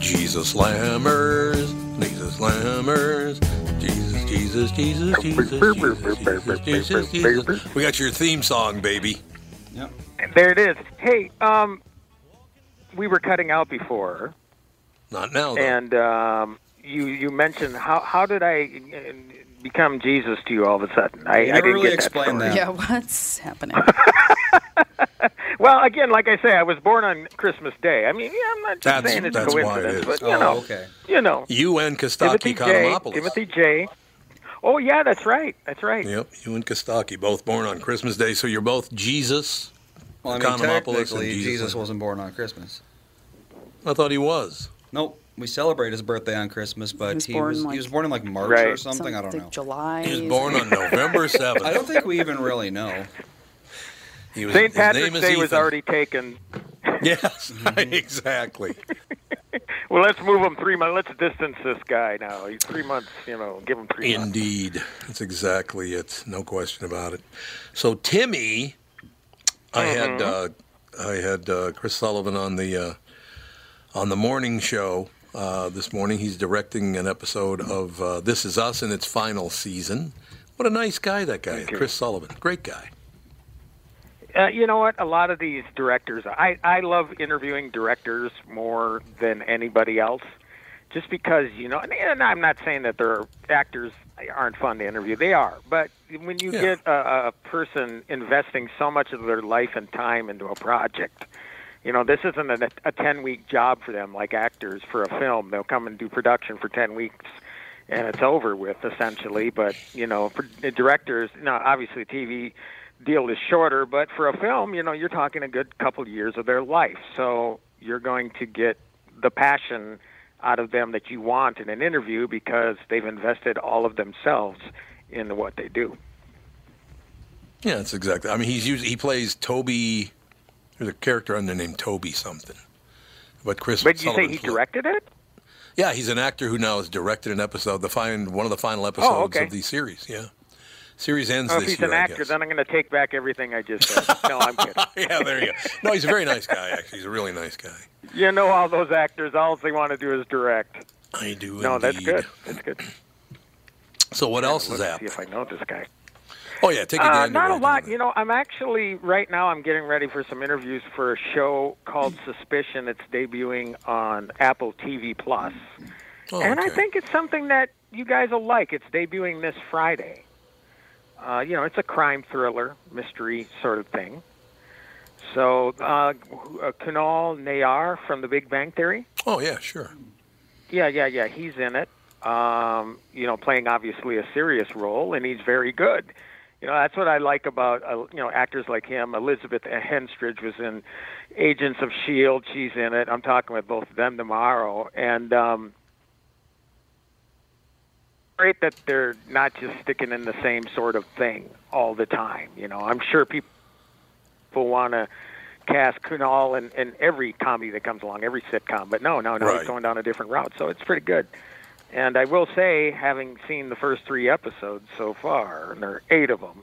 S1: Jesus Lammers, Jesus Lammers, Jesus, Jesus, Jesus, Jesus, Jesus, Jesus, Jesus, Jesus. We got your theme song, baby.
S4: Yep.
S6: There it is. Hey, um, we were cutting out before,
S1: Not now, though.
S6: and um, you you mentioned how how did I uh, become Jesus to you all of a sudden?
S4: You
S6: I, I
S4: never
S6: didn't
S4: really
S6: get that
S4: explained
S6: story.
S4: Yeah.
S9: Yeah, what's happening?
S6: Well, again, like I say, I was born on Christmas Day. I mean, yeah, I'm not just
S1: That's-
S6: saying it's a
S1: that's why it
S6: coincidence,
S1: is.
S6: but you
S4: Oh,
S6: know,
S4: okay.
S6: you know,
S1: You and Kostaki
S6: Timothy J.
S1: Konomopoulos.
S6: Timothy J. Oh yeah, that's right. That's right.
S1: Yep, you and Kostaki, both born on Christmas Day, so you're both Jesus.
S4: Well, I mean,
S1: Economopoulos and
S4: technically,
S1: Jesus
S4: Jesus
S1: Lane.
S4: wasn't born on Christmas.
S1: I thought he was.
S4: Nope. We celebrate his birthday on Christmas, but he was,
S9: was born,
S4: he
S9: like-
S4: was born in like March or
S6: Right.
S4: something. I don't
S9: like
S4: know.
S9: July.
S1: He was born on November 7th.
S4: [LAUGHS] I don't think we
S9: [LAUGHS]
S4: even really know.
S1: He was-
S6: St.
S1: his name
S6: Patrick's
S1: is
S6: Day was
S1: Ethan.
S6: already taken.
S1: [LAUGHS] Yes, [LAUGHS] exactly.
S6: Well, let's move him three months. Let's distance this guy now. He's three months. You know, give him three months.
S1: Indeed. That's exactly it. No question about it. So Timmy, I had
S6: Mm-hmm.
S1: uh, I had uh, Chris Sullivan on the uh, on the morning show uh, this morning. He's directing an episode of uh, This Is Us in its final season. What a nice guy that guy, is,
S6: you.
S1: Chris Sullivan. Great guy.
S6: Uh, you know what? A lot of these directors, I, I love interviewing directors more than anybody else, just because you know. And, and I'm not saying that their actors aren't fun to interview; they are. But when you
S1: Yeah.
S6: get a, a person investing so much of their life and time into a project, you know, this isn't a, a ten week job for them like actors for a film. They'll come and do production for ten weeks. and it's over with essentially. But you know, for the directors, now obviously TV deal is shorter, but for a film, you know, you're talking a good couple years of their life, so you're going to get the passion out of them that you want in an interview because they've invested all of themselves in what they do.
S1: Yeah, that's exactly. I mean, he's usually, he plays Toby. There's a character on there named Toby something. But Chris.
S6: But you say
S1: Sullivan
S6: he
S1: played-
S6: directed it?
S1: Yeah, he's an actor who now has directed an episode, the fine one of the final episodes
S6: Oh, okay.
S1: of the series. Yeah, series ends
S6: Oh, if
S1: this
S6: he's
S1: year.
S6: an
S1: I
S6: actor,
S1: guess.
S6: then I'm going to take back everything I just said. [LAUGHS] no, I'm kidding.
S1: [LAUGHS] yeah, there you go. No, he's a very nice guy. Actually, he's a really nice guy.
S6: You know, all those actors, all they want to do is direct.
S1: I do.
S6: No, that's
S1: indeed.
S6: good. That's good.
S1: So what else is
S6: Let's
S1: that?
S6: see if I know this guy.
S1: Oh yeah, take a
S6: Uh,
S1: gander.
S6: not a
S1: Roger.
S6: lot. You know, I'm actually right now. I'm getting ready for some interviews for a show called Suspicion. It's debuting on Apple TV Plus,
S1: Oh,
S6: and I
S1: okay.
S6: think it's something that you guys will like. It's debuting this Friday. Uh, you know, it's a crime thriller, mystery sort of thing. So, uh, uh, Kunal Nayar from The Big Bang Theory.
S1: Oh yeah, sure.
S6: Yeah, yeah, yeah. He's in it. Um, you know, playing obviously a serious role, and he's very good. You know, that's what I like about uh, you know actors like him. Elizabeth Henstridge was in Agents of Shield. E She's in it. I'm talking with both of them tomorrow, and um, great that they're not just sticking in the same sort of thing all the time. You know, I'm sure people want to cast Kunal in, in every comedy that comes along, every sitcom. But no, no, no,
S1: Right.
S6: he's going down a different route. So it's pretty good. And I will say, having seen the first three episodes so far, and there are eight of them,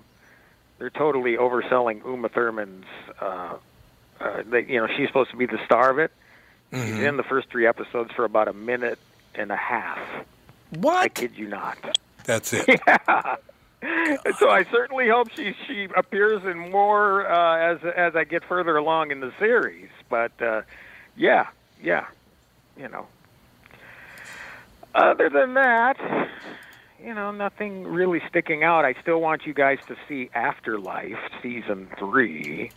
S6: they're totally overselling Uma Thurman's. Uh, uh, that you know, she's supposed to be the star of it. She's in the first three episodes for about a minute and a half. I
S12: What?
S6: kid you not.
S1: That's
S6: [LAUGHS]
S1: it.
S6: So I certainly hope she she appears in more uh, as as I get further along in the series. But uh, yeah, yeah, you know. Other than that, you know, nothing really sticking out. I still want you guys to see Afterlife season three.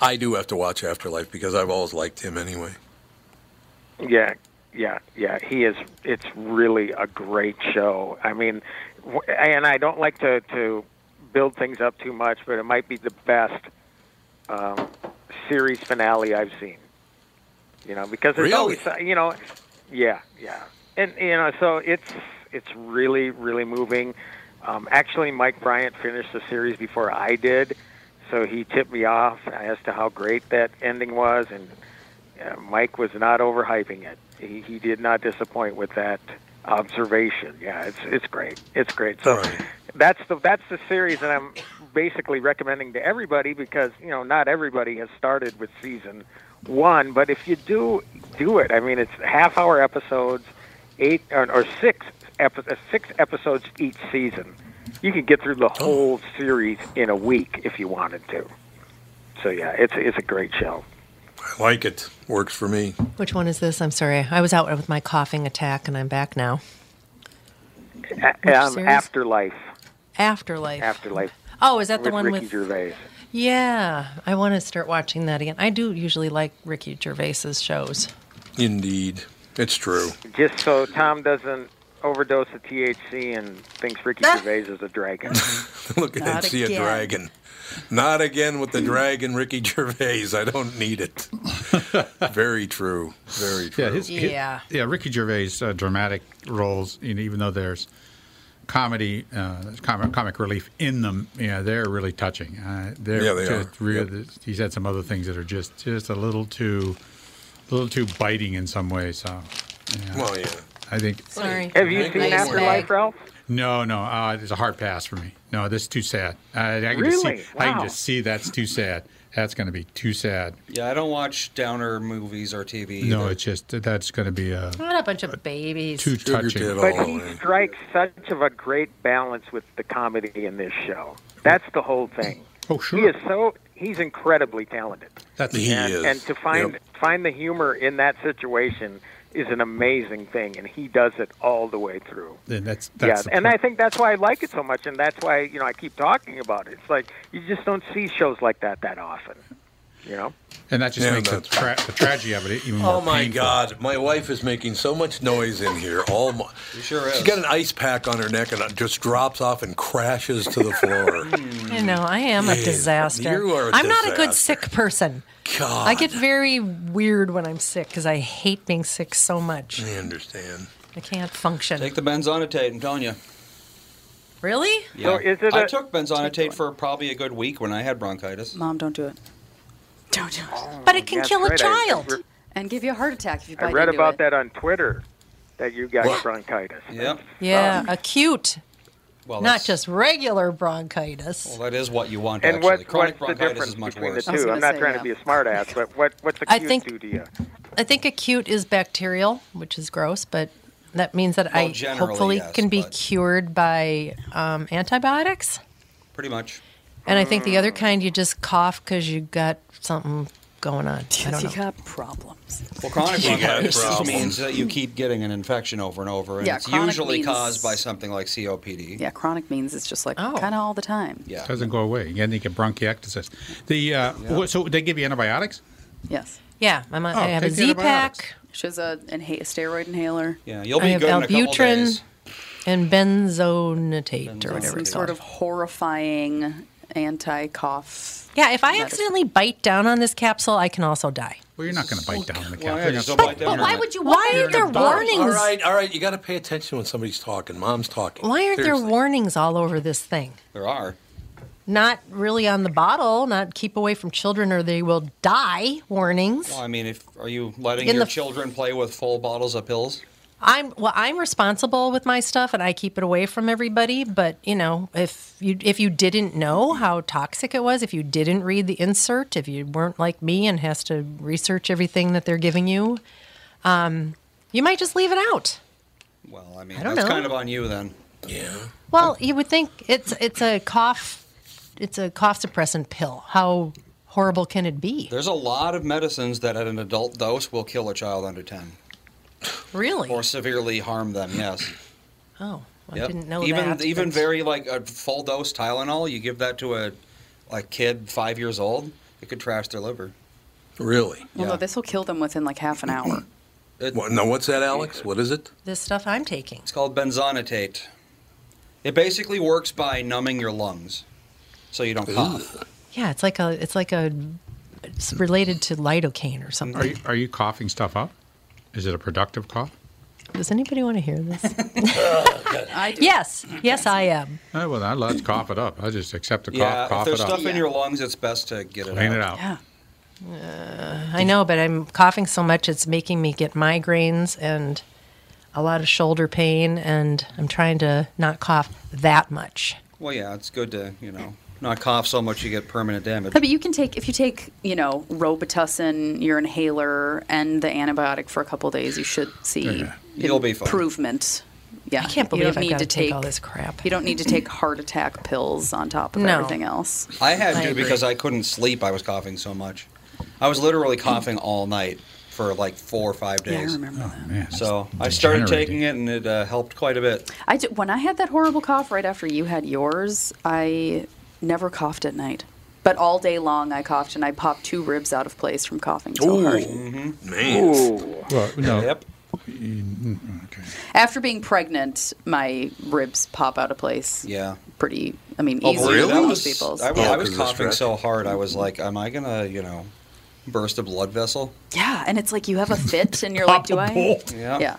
S1: I do have to watch Afterlife because I've always liked him anyway.
S6: Yeah, yeah, yeah. He is. It's really a great show. I mean, w- and I don't like to to build things up too much, but it might be the best um, series finale I've seen. You know, because there's
S1: Really?
S6: always you know, yeah, yeah, and you know, so it's it's really really moving. Um, actually, Mike Bryant finished the series before I did, so he tipped me off as to how great that ending was, and uh, Mike was not overhyping it. He, he did not disappoint with that observation. Yeah, it's it's great. It's great. So
S1: Right.
S6: that's the that's the series that I'm basically recommending to everybody because you know not everybody has started with season one, but if you do do it, I mean it's half hour episodes, eight or, or six epi- uh, six episodes each season. You can get through the
S3: Oh.
S6: whole series in a week if you wanted to. So yeah, it's it's a great show.
S1: I like it. Works for me.
S3: Which one is this? I'm sorry. I was out with my coughing attack and I'm back now. Which
S6: A- um,
S3: series?
S6: afterlife,
S3: Afterlife.
S6: afterlife.
S3: Oh, is that the
S6: with
S3: one
S6: Ricky
S3: with.
S6: Gervais?
S3: Yeah, I want to start watching that again. I do usually like Ricky Gervais's shows.
S1: Indeed, it's true.
S6: Just so Tom doesn't overdose of THC and thinks Ricky Gervais is a dragon.
S1: [LAUGHS] Look at
S9: Not
S1: that. See a
S9: again.
S1: dragon. Not again with the dragon, Ricky Gervais. I don't need
S2: [LAUGHS]
S1: it. Very true. Very true.
S2: Yeah, his, his-
S3: Yeah.
S2: yeah. Ricky Gervais' uh, dramatic roles, you know, even though there's comedy, uh, there's comic, comic relief in them, you know, they're really touching. Uh, they're
S1: Yeah, they
S2: just
S1: are.
S2: Real, He's had some other things that are just just a little too, a little too biting in some ways. So, yeah.
S1: Well, yeah.
S2: I think
S3: Sorry.
S6: Have you
S1: Nice
S6: seen
S1: bag.
S6: Afterlife, Ralph?
S2: no, no, uh, it's a hard pass for me. No, this is too sad. I, I can
S6: Really?
S2: Just see, I can
S6: Wow.
S2: just see that's too sad. That's going to be too sad.
S4: Yeah, I don't watch downer movies or TV.
S2: No,
S4: either.
S2: it's just that's going to be a
S3: What a bunch of babies.
S2: too
S1: Sugar
S2: touching.
S1: tittle.
S6: But
S1: Oh,
S6: he
S1: yeah.
S6: strikes such of a great balance with the comedy in this show. That's the whole thing.
S2: Oh, sure.
S6: He is so he's incredibly talented.
S2: That's
S1: He
S6: and,
S1: is.
S6: and to find
S1: Yep.
S6: find the humor in that situation is an amazing thing and he does it all the way through.
S2: And that's, that's
S6: yeah, and I think that's why I like it so much, and that's why you know I keep talking about it. It's like you just don't see shows like that that often. You know.
S2: And that just
S1: Yeah,
S2: makes the, tra- the tragedy of it even more
S1: Oh my
S2: painful.
S1: God! My wife is making so much noise in here. All my,
S4: sure
S1: she's got an ice pack on her neck and it just drops off and crashes to the floor.
S3: I know I am a
S1: Yeah,
S3: disaster.
S1: you are a
S3: I'm not a good
S1: disaster.
S3: sick person.
S1: God.
S3: I get very weird when I'm sick because I hate being sick so much.
S1: I understand.
S3: I can't function.
S4: Take the benzonatate, I'm telling you.
S3: Really?
S4: Yeah.
S6: So is it
S4: I
S6: a-
S4: took benzonatate for probably a good week when I had bronchitis.
S9: Mom, don't do it. Don't do it.
S3: But it can
S6: Oh, That's
S3: kill a
S6: right, I-
S3: child.
S9: And give you a heart attack if you
S6: I,
S9: bite
S6: read
S9: into
S6: about
S9: it.
S6: that on Twitter that you got
S1: What?
S6: bronchitis.
S4: Yep.
S3: yeah,
S6: Um,
S3: acute,
S4: Well,
S3: not
S4: that's-
S3: just regular bronchitis.
S4: Well, that is what you want.
S6: And
S4: actually,
S6: what,
S4: chronic
S6: what's the
S4: bronchitis
S6: difference
S4: is much
S6: between
S4: worse.
S6: the
S9: I was
S6: two? I'm
S9: gonna
S6: not
S9: say,
S6: trying
S9: yeah.
S6: to be a smartass, but what what's
S3: I
S6: acute
S3: think-
S6: do
S4: [LAUGHS]
S6: to you?
S3: I think acute is bacterial, which is gross, but that means that
S4: Well,
S3: I
S4: generally,
S3: hopefully
S4: yes,
S3: can be
S4: but-
S3: cured by um, antibiotics.
S4: Pretty
S9: [LAUGHS]
S4: much.
S3: And I think the other kind, you just cough because you got something going on. I don't
S9: You
S3: [LAUGHS] know.
S9: got problems.
S4: Well, chronic
S1: You got
S4: bronchitis
S1: problems.
S4: means that you keep getting an infection over and over, and
S9: Yeah,
S4: it's
S9: chronic
S4: usually
S9: means-
S4: caused by something like COPD.
S9: Yeah, chronic means it's just like
S3: Oh.
S9: kind of all the time.
S4: Yeah.
S2: doesn't go away. Again, they get bronchiectasis. The uh, what- so they give you antibiotics.
S9: Yes.
S3: Yeah, I'm a, I
S2: Oh,
S3: have a
S2: take the
S3: Z
S2: antibiotics.
S3: pack
S9: She has a, inha- a steroid inhaler.
S4: Yeah, you'll
S3: I
S4: be
S3: have
S4: good in a couple
S3: Albutrin.
S4: days.
S3: and benzonatate or whatever
S9: Some
S3: it's
S9: sort
S3: called.
S9: of horrifying anti-cough.
S3: yeah, if I
S9: medicine.
S3: accidentally bite down on this capsule, I can also die.
S2: Well, you're not going to bite down on the cap.
S4: Well, yeah,
S2: They're
S4: just
S2: gonna
S4: don't
S2: fuck
S4: bite down
S2: you.
S4: on
S3: Why
S4: it.
S3: would you? Why
S2: You're
S3: aren't there
S2: in a box.
S3: warnings?
S1: All right, all right. You got to pay attention when somebody's talking. Mom's talking.
S3: Why aren't there
S1: Seriously.
S3: warnings all over this thing?
S4: There are.
S3: Not really on the bottle. Not keep away from children or they will die. Warnings.
S4: Well, I mean, if are you letting
S3: In
S4: your
S3: the-
S4: children play with full bottles of pills?
S3: I'm well. I'm responsible with my stuff, and I keep it away from everybody. But you know, if you if you didn't know how toxic it was, if you didn't read the insert, if you weren't like me and has to research everything that they're giving you, um, you might just leave it out.
S4: Well, I mean,
S3: I don't
S4: that's
S3: know.
S4: kind of on you then.
S1: Yeah.
S3: Well, you would think it's it's a cough, it's a cough suppressant pill. How horrible can it be?
S4: There's a lot of medicines that at an adult dose will kill a child under 10
S3: Really?
S4: or severely harm them. Yes.
S3: Oh, I
S4: Yep.
S3: didn't know
S4: even
S3: that.
S4: even
S3: but-
S4: very like a full dose Tylenol, you give that to a a kid 5 years old, it could trash their liver.
S1: Really?
S9: Well,
S4: Yeah.
S9: no, this will kill them within like half an hour. [CLEARS THROAT]
S4: It-
S1: What, now, what's that, Alex? What is it?
S3: this stuff I'm taking.
S4: It's called benzonatate. It basically works by numbing your lungs, so you don't cough.
S3: Yeah, it's like a it's like a it's related to lidocaine or something.
S2: Are you, are you coughing stuff up? Is it a productive cough?
S3: Does anybody want to hear [LAUGHS] this?
S9: I do.
S3: yes, yes, I am.
S2: Oh, well, I let's cough it up. I just accept the cough,
S4: Yeah, if
S2: cough
S4: there's
S2: it
S4: stuff
S2: up,
S4: in your lungs, it's best to get it
S2: clean
S4: out.
S2: it out.
S9: Yeah.
S3: I know, but I'm coughing so much it's making me get migraines and a lot of shoulder pain, and I'm trying to not cough that much.
S4: Well, yeah, it's good to you know not cough so much you get permanent damage.
S9: [LAUGHS] No, but you can take if you take you know Robitussin, your inhaler, and the antibiotic for a couple of days, you should see
S4: You'll be fine.
S9: improvement. Yeah,
S3: I can't
S9: you
S3: believe
S9: don't
S3: I
S9: need
S3: got
S9: to
S3: to
S9: take,
S3: take all this crap.
S9: You don't need to take heart attack pills on top of
S3: No.
S9: everything else.
S4: I had
S3: I
S4: to
S3: agree.
S4: because I couldn't sleep. I was coughing so much. I was literally coughing all night for like four or five
S9: Mm. Yeah, I
S4: days.
S3: Oh.
S9: remember that.
S2: Man, it's
S4: so I started
S2: degenerating.
S4: taking it, and it uh, helped quite a bit.
S9: I did, when I had that horrible cough right after you had yours, I never coughed at night. But all day long, I coughed and I popped two ribs out of place from coughing so hard.
S1: Man.
S2: Well,
S1: Oh.
S2: no.
S4: Yep.
S2: Okay.
S9: After being pregnant, my ribs pop out of place.
S4: Yeah.
S9: Pretty, I mean,
S4: Oh,
S9: easier
S1: really?
S9: than
S1: That
S4: was-
S9: most people's. Mm-hmm.
S4: I, was- I
S1: Oh,
S4: was
S1: 'cause of the
S4: coughing
S1: stretch.
S4: so hard, I was like, am I going to, you know, burst a blood vessel?
S9: Yeah, and it's like you
S4: [LAUGHS]
S9: have a fit, and you're like, "Do I?"
S4: Yeah.
S9: Yeah.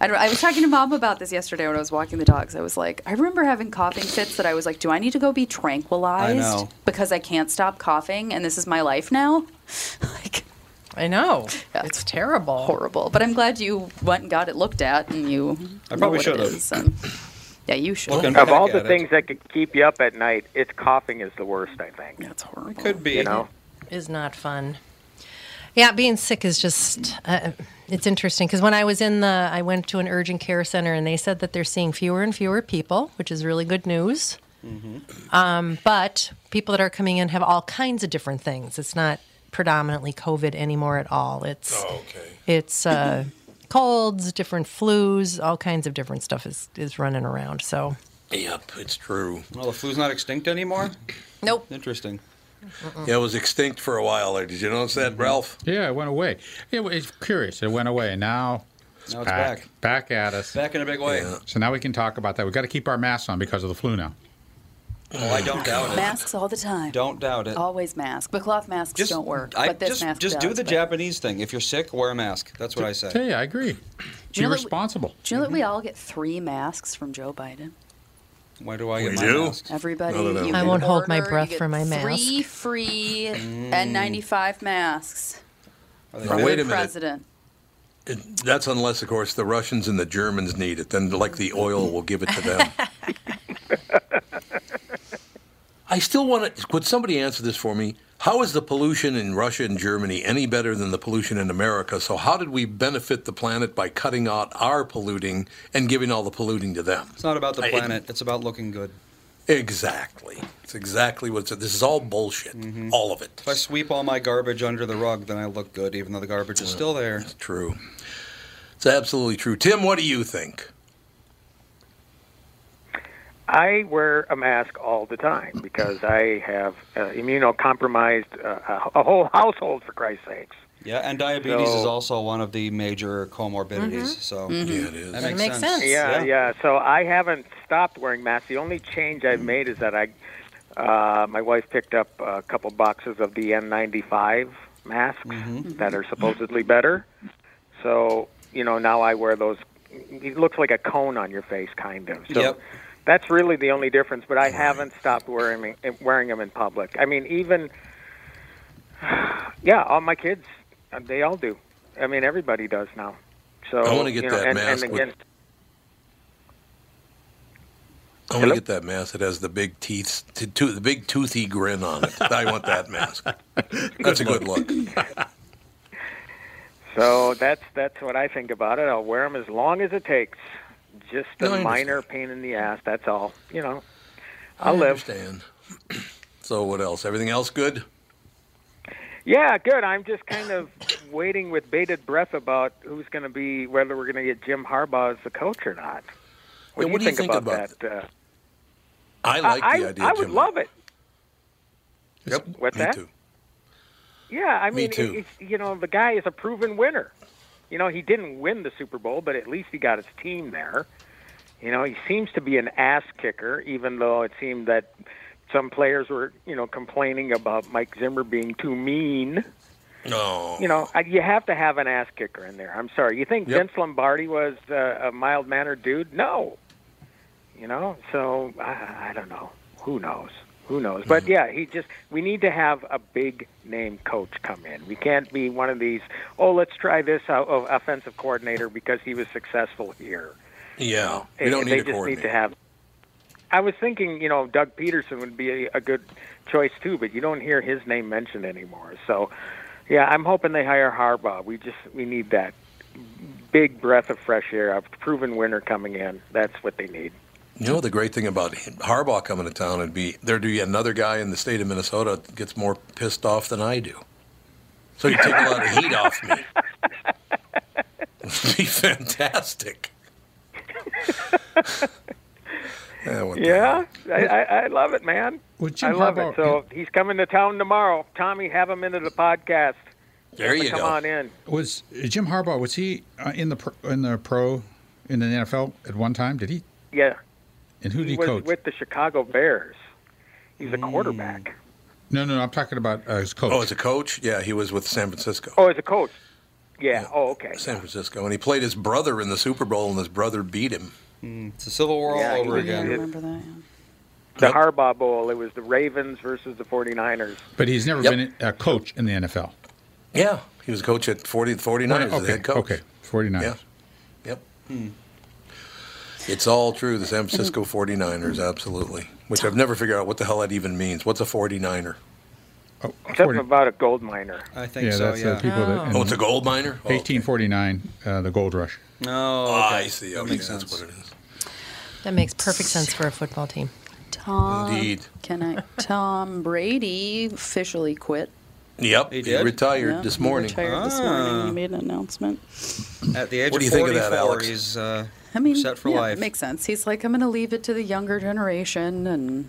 S9: I, don't, I was talking to mom about this yesterday when I was walking the dogs. I was like, I remember having coughing fits that I was like, "Do I need to go be tranquilized
S4: I know.
S9: because I can't stop coughing and this is my life now?" [LAUGHS] like
S3: I know
S9: Yeah.
S3: it's terrible.
S9: horrible. But I'm glad you went and got it looked at, and you.
S4: I
S9: know
S4: probably
S9: what it
S4: should've. [CLEARS THROAT]
S9: is, and- yeah, you should.
S4: Looking
S6: Of all
S4: back
S6: the
S4: at it,
S6: things that could keep you up at night, it's coughing is the worst. I think.
S9: That's horrible.
S4: Could be.
S6: You know.
S3: is not fun. Yeah, being sick is just, uh, it's interesting because when I was in the, I went to an urgent care center and they said that they're seeing fewer and fewer people, which is really good news. Um, but people that are coming in have all kinds of different things. It's not predominantly COVID anymore at all. It's,
S1: Oh, okay.
S3: it's uh, colds, different flus, all kinds of different stuff is, is running around. So,
S1: Yep, it's true.
S4: Well, the flu's not extinct anymore?
S3: nope.
S4: Interesting.
S3: Mm-mm.
S1: Yeah, it was extinct for a while there. Did you notice that, Ralph?
S2: Yeah, it went away. It wa- it's curious. It went away, and now
S4: Now it's back.
S2: back, at us.
S4: Back in a big way.
S2: So now we can talk about that. We've got to keep our masks on because of the flu now.
S4: Well, Oh, I don't doubt it.
S9: Masks all the time.
S4: Don't doubt it.
S9: Always mask, but cloth masks don't work.
S4: I,
S9: but this
S4: just
S9: mask
S4: just
S9: does,
S4: do the
S9: but-
S4: Japanese thing. If you're sick, wear a mask. That's what I say.
S2: Hey, I agree.
S9: Do you know that we-
S2: responsible.
S9: Do you know that we all get three masks from Joe Biden?
S4: Why do I get
S1: We
S4: my
S1: do?
S4: mask?
S9: Everybody,
S1: No, no, no.
S9: you
S1: I
S9: can
S3: won't hold my
S9: order, you
S3: breath
S9: get
S3: for my mask.
S9: Three free
S4: Mm.
S9: N95 masks.
S4: Are
S1: Now, wait
S4: they
S9: for
S1: a
S9: the
S1: minute.
S9: president.
S1: It- that's unless, of course, the Russians and the Germans need it. Then, like the oil, will give it to them. I still want to. Could somebody answer this for me? How is the pollution in Russia and Germany any better than the pollution in America? So, how did we benefit the planet by cutting out our polluting and giving all the polluting to them?
S4: It's not about the
S1: I-
S4: planet. It's about looking good.
S1: Exactly. It's exactly what it's. This is all bullshit. All of it.
S4: If I sweep all my garbage under the rug, then I look good, even though the garbage is still there.
S1: True. It's absolutely true. Tim, what do you think?
S6: I wear a mask all the time because I have uh, immunocompromised uh, a a whole household, for Christ's sakes.
S4: Yeah, and diabetes is
S6: So-
S4: also one of the major comorbidities.
S9: Mm-hmm.
S4: So
S1: Yeah, it is.
S4: Mm-hmm. that
S3: That
S4: makes,
S3: makes
S4: sense.
S3: sense.
S6: Yeah, yeah, So I haven't stopped wearing masks. The only change I've
S1: Mm.
S6: made is that I, uh, my wife picked up a couple boxes of the N95 masks
S1: Mm-hmm.
S6: that are supposedly better. So you know now I wear those. It looks like a cone on your face, kind of. So
S4: Yep.
S6: that's really the only difference. But I haven't stopped wearing wearing them in public. I mean, even [SIGHS] yeah, all my kids, uh, they all do. I mean, everybody does now. So
S1: I wanna get
S6: you know,
S1: that
S6: and,
S1: mask
S6: and
S1: with-
S6: again.
S1: I want to get that mask that has the big teeth, t- to, the big toothy grin on it. I want that
S4: [LAUGHS]
S1: mask. That's a good look.
S6: So that's that's what I think about it. I'll wear them as long as it takes. Just a
S1: No, I
S6: minor pain in the ass. That's all. You know,
S1: I
S6: I'll live.
S1: understand. So what else? Everything else good?
S6: Yeah, good. I'm just kind of waiting with bated breath about who's going to be whether we're going to get Jim Harbaugh as the coach or not.
S1: Yeah,
S6: What, do, you
S1: what do you
S6: think,
S1: think
S6: about,
S1: about
S6: that? Uh,
S1: I like
S6: I,
S1: the idea.
S6: I
S1: of
S6: would
S1: Jim
S6: love it.
S1: Yep.
S6: What's
S1: me
S6: that?
S1: Too.
S6: Yeah, I
S1: Me
S6: mean, it-
S1: too.
S6: it's- you know, the guy is a proven winner. You know, he didn't win the Super Bowl, but at least he got his team there. You know, he seems to be an ass kicker, even though it seemed that some players were, you know, complaining about Mike Zimmer being too mean.
S1: No.
S6: You know, I- you have to have an ass kicker in there. I'm sorry. You think
S1: Oh. Yep.
S6: Vince Lombardi was uh, a mild mannered dude? No. You know, so I, I don't know. Who knows? Who knows? But yeah, he just we need to have a big name coach come in. We can't be one of these. Oh, let's try this out of offensive coordinator because he was successful here.
S1: yeah. We
S6: And-
S1: don't need
S6: and they
S1: a
S6: just need
S1: coordinator.
S6: to have. I was thinking, you know, Doug Peterson would be a, a good choice too, but you don't hear his name mentioned anymore. So, yeah, I'm hoping they hire Harbaugh. We just we need that big breath of fresh air, a proven winner coming in. That's what they need.
S1: You know the great thing about Harbaugh coming to town would be there'd be another guy in the state of Minnesota that gets more pissed off than I do. So he'd take a lot of heat off me. It'd be fantastic. [LAUGHS] yeah. what the
S6: Yeah,
S1: hell.
S6: I, I, I love it, man.
S2: Would Jim
S6: I love
S2: Harbaugh-
S6: it. So he's coming to town tomorrow. Tommy, have him into the podcast.
S1: There you
S6: come
S1: go.
S6: on in.
S2: Was Jim Harbaugh was he uh, in the pro, in the pro in the NFL at one time? Did he?
S6: Yeah,
S2: And who did
S6: he
S2: he
S6: was
S2: coach?
S6: with the Chicago Bears. He's a quarterback.
S2: No, no, no. I'm talking about uh, his coach.
S1: Oh, as a coach, yeah, he was with San Francisco.
S6: Oh, as a coach. Yeah. Oh, okay.
S1: San Francisco, and he played his brother in the Super Bowl, and his brother beat him.
S4: It's a civil war
S6: Yeah,
S4: all over
S6: you-
S9: Yeah, I
S4: again.
S9: remember that. yeah.
S6: The
S1: Yep.
S6: Harbaugh Bowl. It was the Ravens versus the 49ers.
S2: but he's never
S1: Yep.
S2: been a coach in the NFL.
S1: Yeah, he was a coach at 40, 49 as the
S2: okay,
S1: head coach.
S2: okay, 49ers.
S1: Yeah. Yep.
S4: Hmm.
S1: It's all true. The San Francisco 49ers, absolutely. Which I've never figured out what the hell that even means. What's a 49er?
S2: Oh,
S6: Something
S2: 40
S6: about a gold miner.
S4: I think
S2: yeah,
S4: so.
S2: that's
S4: yeah.
S2: the people that. in
S1: Oh, it's a gold miner? Oh, okay.
S2: 1849, uh, the gold rush.
S4: No.
S1: Ah,
S4: okay.
S1: I see.
S4: That
S1: Okay,
S4: makes
S1: that's
S4: sense.
S1: what it is.
S3: That makes perfect sense for a football team.
S4: Um,
S9: Tom,
S1: Indeed.
S9: Can I? Tom Brady officially quit.
S1: Yep.
S4: He did?
S1: retired
S9: Yeah,
S1: this
S9: he
S1: morning.
S9: Retired this morning. He made an announcement.
S4: At the age
S1: What
S4: of
S1: do you think of
S4: 44,
S1: that, Alex?
S4: he's uh,
S9: I mean,
S4: set for
S9: yeah,
S4: life.
S9: it makes sense. He's like, I'm going to leave it to the younger generation, and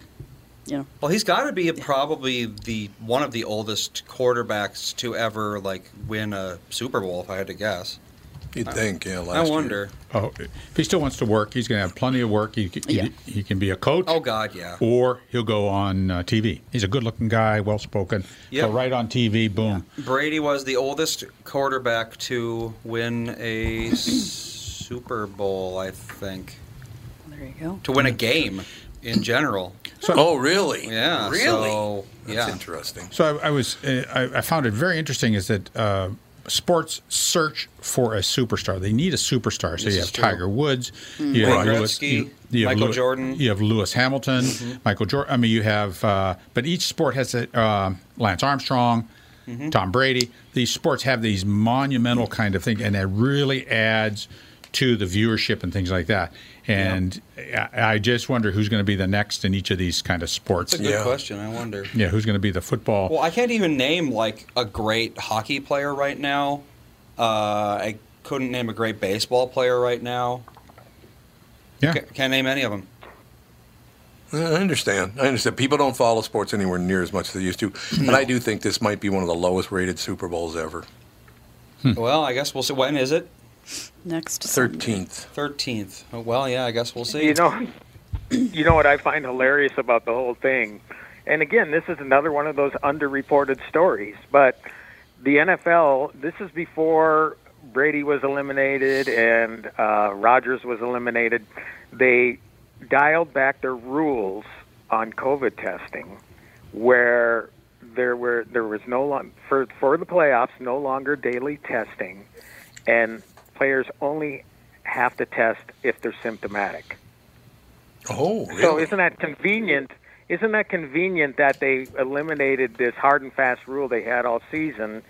S9: you know.
S4: Well, he's got to be probably the one of the oldest quarterbacks to ever like win a Super Bowl, if I had to guess.
S1: You'd
S4: I-
S1: think, yeah,
S4: I
S1: last year.
S4: wonder.
S2: Oh, if he still wants to work, he's going to have plenty of work. He, he,
S9: Yeah.
S2: he can be a coach.
S4: Oh God, yeah.
S2: Or he'll go on uh, TV. He's a good-looking guy, well-spoken.
S4: Yep.
S2: Go right on TV. Boom.
S4: Brady was the oldest quarterback to win a Super Bowl, I think,
S9: There you go.
S4: to win a game in general.
S1: oh, really?
S4: Yeah,
S1: Really?
S4: so,
S1: That's
S4: yeah.
S1: interesting.
S2: So I, I was, uh, I, I found it very interesting. Is that uh, sports search for a superstar? They need a superstar. So
S4: This
S2: you
S4: is
S2: have
S4: true. Hmm.
S2: Tiger Woods, you have
S1: Wayne
S4: Gretzky,
S2: you, you have
S4: Michael
S2: Lew-
S4: Jordan. Mm-hmm.
S2: you have Lewis Hamilton, Michael Jordan. I mean, you have, uh, but each sport has a uh, Lance Armstrong,
S4: Mm-hmm.
S2: Tom Brady. These sports have these monumental kind of thing, and it really adds to the viewership and things like that. And I, I just wonder who's going to be the next in each of these kind of sports.
S4: That's a good
S1: Yeah.
S4: question. I wonder.
S2: Yeah, who's going to be the football?
S4: Well, I can't even name like a great hockey player right now. Uh, I couldn't name a great baseball player right now.
S2: yeah.
S4: Ca- Can't name any of them.
S1: Yeah, I understand. I understand. People don't follow sports anywhere near as much as they used to, and I do think this might be one of the lowest-rated Super Bowls ever.
S4: Well, I guess we'll see. When is it?
S9: Next
S1: Thirteenth.
S4: Thirteenth. Oh, well, yeah, I guess we'll see.
S6: You know, you know what I find hilarious about the whole thing, and again, this is another one of those underreported stories. But the NFL, this is before Brady was eliminated and uh, Rogers was eliminated. They dialed back their rules on COVID testing, where there were there was no long, for for the playoffs no longer daily testing, and players only have to test if they're symptomatic.
S1: Oh, really?
S6: So isn't that convenient? Isn't that convenient that they eliminated this hard and fast rule they had all season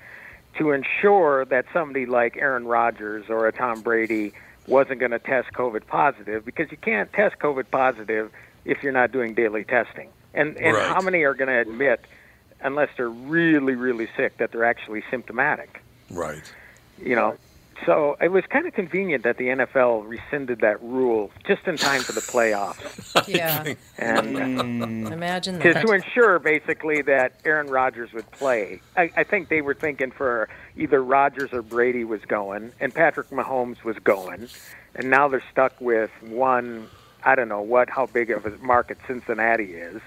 S6: to ensure that somebody like Aaron Rodgers or a Tom Brady wasn't going to test COVID positive because you can't test COVID positive if you're not doing daily testing. And and
S1: Right.
S6: how many are going to admit unless they're really really sick that they're actually symptomatic?
S1: right.
S6: you know. So it was kind of convenient that the NFL rescinded that rule just in time for the playoffs,
S3: Yeah.
S6: and
S3: Imagine
S6: to,
S3: that.
S6: to ensure basically that Aaron Rodgers would play. I, I think they were thinking for either Rodgers or Brady was going, and Patrick Mahomes was going, and now they're stuck with one. I don't know what how big of a market Cincinnati is.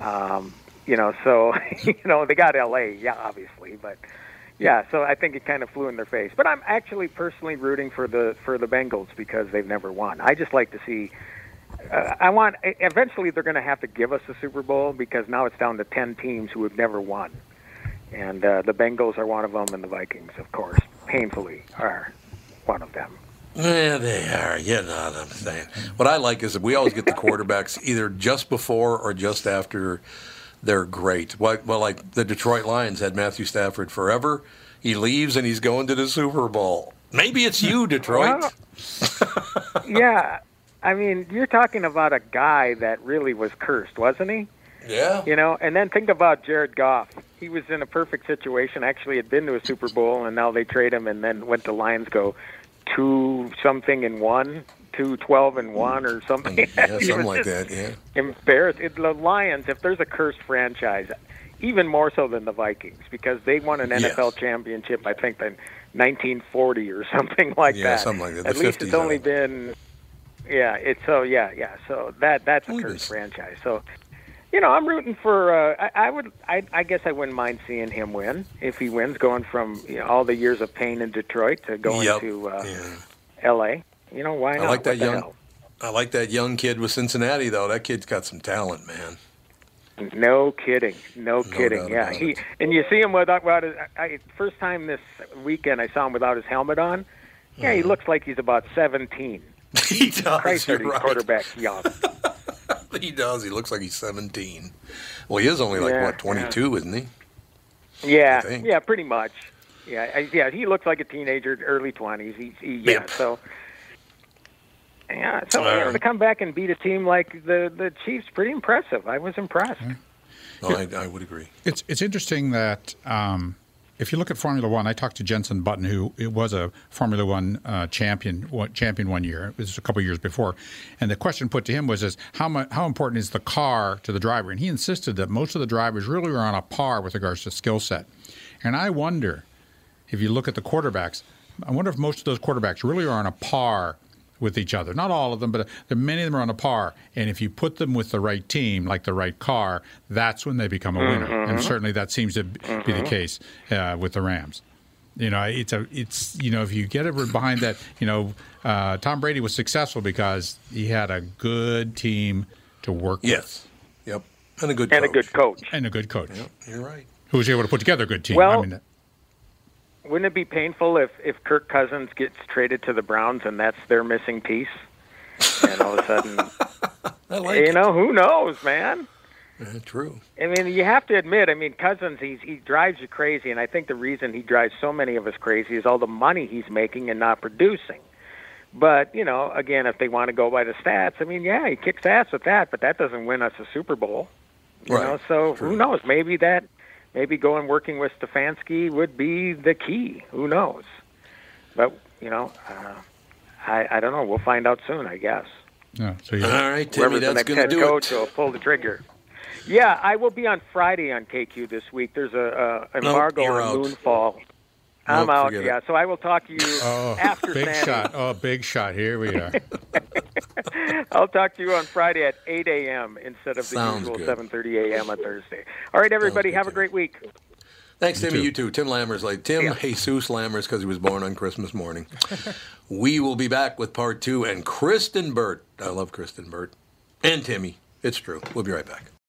S6: Um, you know, so [LAUGHS] you know they got L.A. Yeah, obviously, but yeah, so I think it kind of flew in their face. But I'm actually personally rooting for the for the Bengals because they've never won. I just like to see. Uh, I want e- eventually they're going to have to give us a Super Bowl because now it's down to ten teams who have never won, and uh, the Bengals are one of them, and the Vikings, of course, painfully are one
S1: [LAUGHS]
S6: of them.
S1: Yeah, Eh, they are. You know what I'm saying. What I like is that we always get the quarterbacks [LAUGHS] either just before or just after they're great. Well, well, like the Detroit Lions had Matthew Stafford forever. He leaves and he's going to the Super Bowl. Maybe it's you, Detroit.
S6: Well- yeah, I mean, you're talking about a guy that really was cursed, wasn't he?
S1: yeah.
S6: You know, and then think about Jared Goff. He was in a perfect situation. Actually, had been to a Super Bowl, and now they trade him, and then went to Lions go two something and one, two twelve and one, or something.
S1: [LAUGHS] Yeah,
S6: [LAUGHS] He
S1: something
S6: was
S1: like
S6: just
S1: that. Yeah.
S6: Embarrassed. It, the Lions, if there's a cursed franchise, even more so than the Vikings, because they won an
S1: Yes.
S6: NFL championship, I think, in 1940 or [LAUGHS] something like
S1: Yeah,
S6: that.
S1: something like that. The
S6: At least
S1: 50s,
S6: it's
S1: I
S6: only
S1: think.
S6: been, yeah. It's so yeah, yeah. So that that's a
S1: Believe
S6: cursed
S1: this.
S6: franchise. So you know, I'm rooting for. Uh, I, I would. I, I guess I wouldn't mind seeing him win if he wins, going from you know, all the years of pain in Detroit to [LAUGHS] going
S1: Yep.
S6: to uh,
S1: yeah.
S6: L.A. You know why
S1: I
S6: not?
S1: like that
S6: What the
S1: young-
S6: hell?
S1: I like that young kid with Cincinnati though. That kid's got some talent, man. [LAUGHS]
S6: No kidding. No kidding.
S1: doubt
S6: yeah.
S1: about
S6: He
S1: it.
S6: and you see him without without his I, I- first time this weekend I saw him without his helmet on. Yeah, he looks like he's about
S1: [LAUGHS]
S6: 17.
S1: Mm-hmm. he does.
S6: Christ,
S1: you're
S6: are these
S1: right.
S6: quarterbacks young?
S1: [LAUGHS] He does. He looks like he's 17. Well, he is only like
S6: Yeah,
S1: what 22, isn't he? I
S6: Yeah.
S1: think.
S6: Yeah, pretty much. Yeah, I, yeah, he looks like a teenager, early 20s. He, he yeah,
S1: Yep.
S6: so yeah, so
S1: All
S6: you know,
S1: right.
S6: to come back and beat a team like the the Chiefs, pretty
S1: Mm-hmm.
S6: impressive. I was impressed.
S1: No, I, I would agree.
S2: It's it's interesting that um, if you look at Formula One, I talked to Jensen Button, who it was a Formula One uh, champion one, champion one year. It was a couple years before, and the question put to him was, "Is how mu- how important is the car to the driver?" And he insisted that most of the drivers really are on a par with regards to skill set. And I wonder if you look at the quarterbacks, I wonder if most of those quarterbacks really are on a par with each other. Not all of them, but there- many of them are on a par. And if you put them with the right team, like the right car, that's when they become a winner. And
S13: Mhm.
S2: certainly that seems to b- be the
S13: Mhm.
S2: case uh, with the Rams. You know, it's a, it's you know, if you get it behind that, you know, uh, Tom Brady was successful because he had a good team to work
S1: yes. with. Yep. And a good
S6: and a good coach.
S2: And a good coach.
S1: You're right.
S2: Who was able to put together a good team.
S6: Well-
S2: I mean,
S6: Wouldn't it be painful if if Kirk Cousins gets traded to the Browns and that's their missing piece? And all of a sudden, you know, who knows, man?
S1: Yeah, Uh, true.
S6: I mean, you have to admit. I mean, Cousins, he's, he drives you crazy, and I think the reason he drives so many of us crazy is all the money he's making and not producing. But you know, again, if they want to go by the stats, I mean, yeah, he kicks ass with that, but that doesn't win us a Super Bowl. You
S1: Right.
S6: know, so who knows? Maybe that, maybe going working with Stefanski would be the key. Who knows? But you know, uh, I I don't know. We'll find out soon, I guess.
S2: no, uh, so you-
S1: All right, Timmy,
S6: Whoever's the
S1: that's
S6: next
S1: going to
S6: head
S1: do
S6: coach
S1: it.
S6: will pull the trigger. Yeah, I will be on Friday on KQ this week. There's a, a
S1: No,
S6: embargo
S1: you're
S6: on
S1: out.
S6: Moonfall. I'm
S2: Nope,
S6: out.
S2: forget it.
S6: Yeah, so I will
S1: [LAUGHS]
S6: talk to you
S2: Oh,
S6: after
S2: big
S6: Sandy.
S2: shot! Oh, big shot! Here we are.
S6: [LAUGHS] I'll talk to you on Friday at 8 a.m. instead of the
S1: Sounds
S6: usual
S1: good.
S6: 7:30 a.m. on Thursday. All right, everybody, have a great week.
S1: Thanks, Timmy. You too. Tim Lammers, like Tim Jesus Lammers, because he was born on Christmas
S6: [LAUGHS]
S1: morning. we will be back with part two and Kristen Burt. I love Kristen Burt and Timmy. It's true. We'll be right back.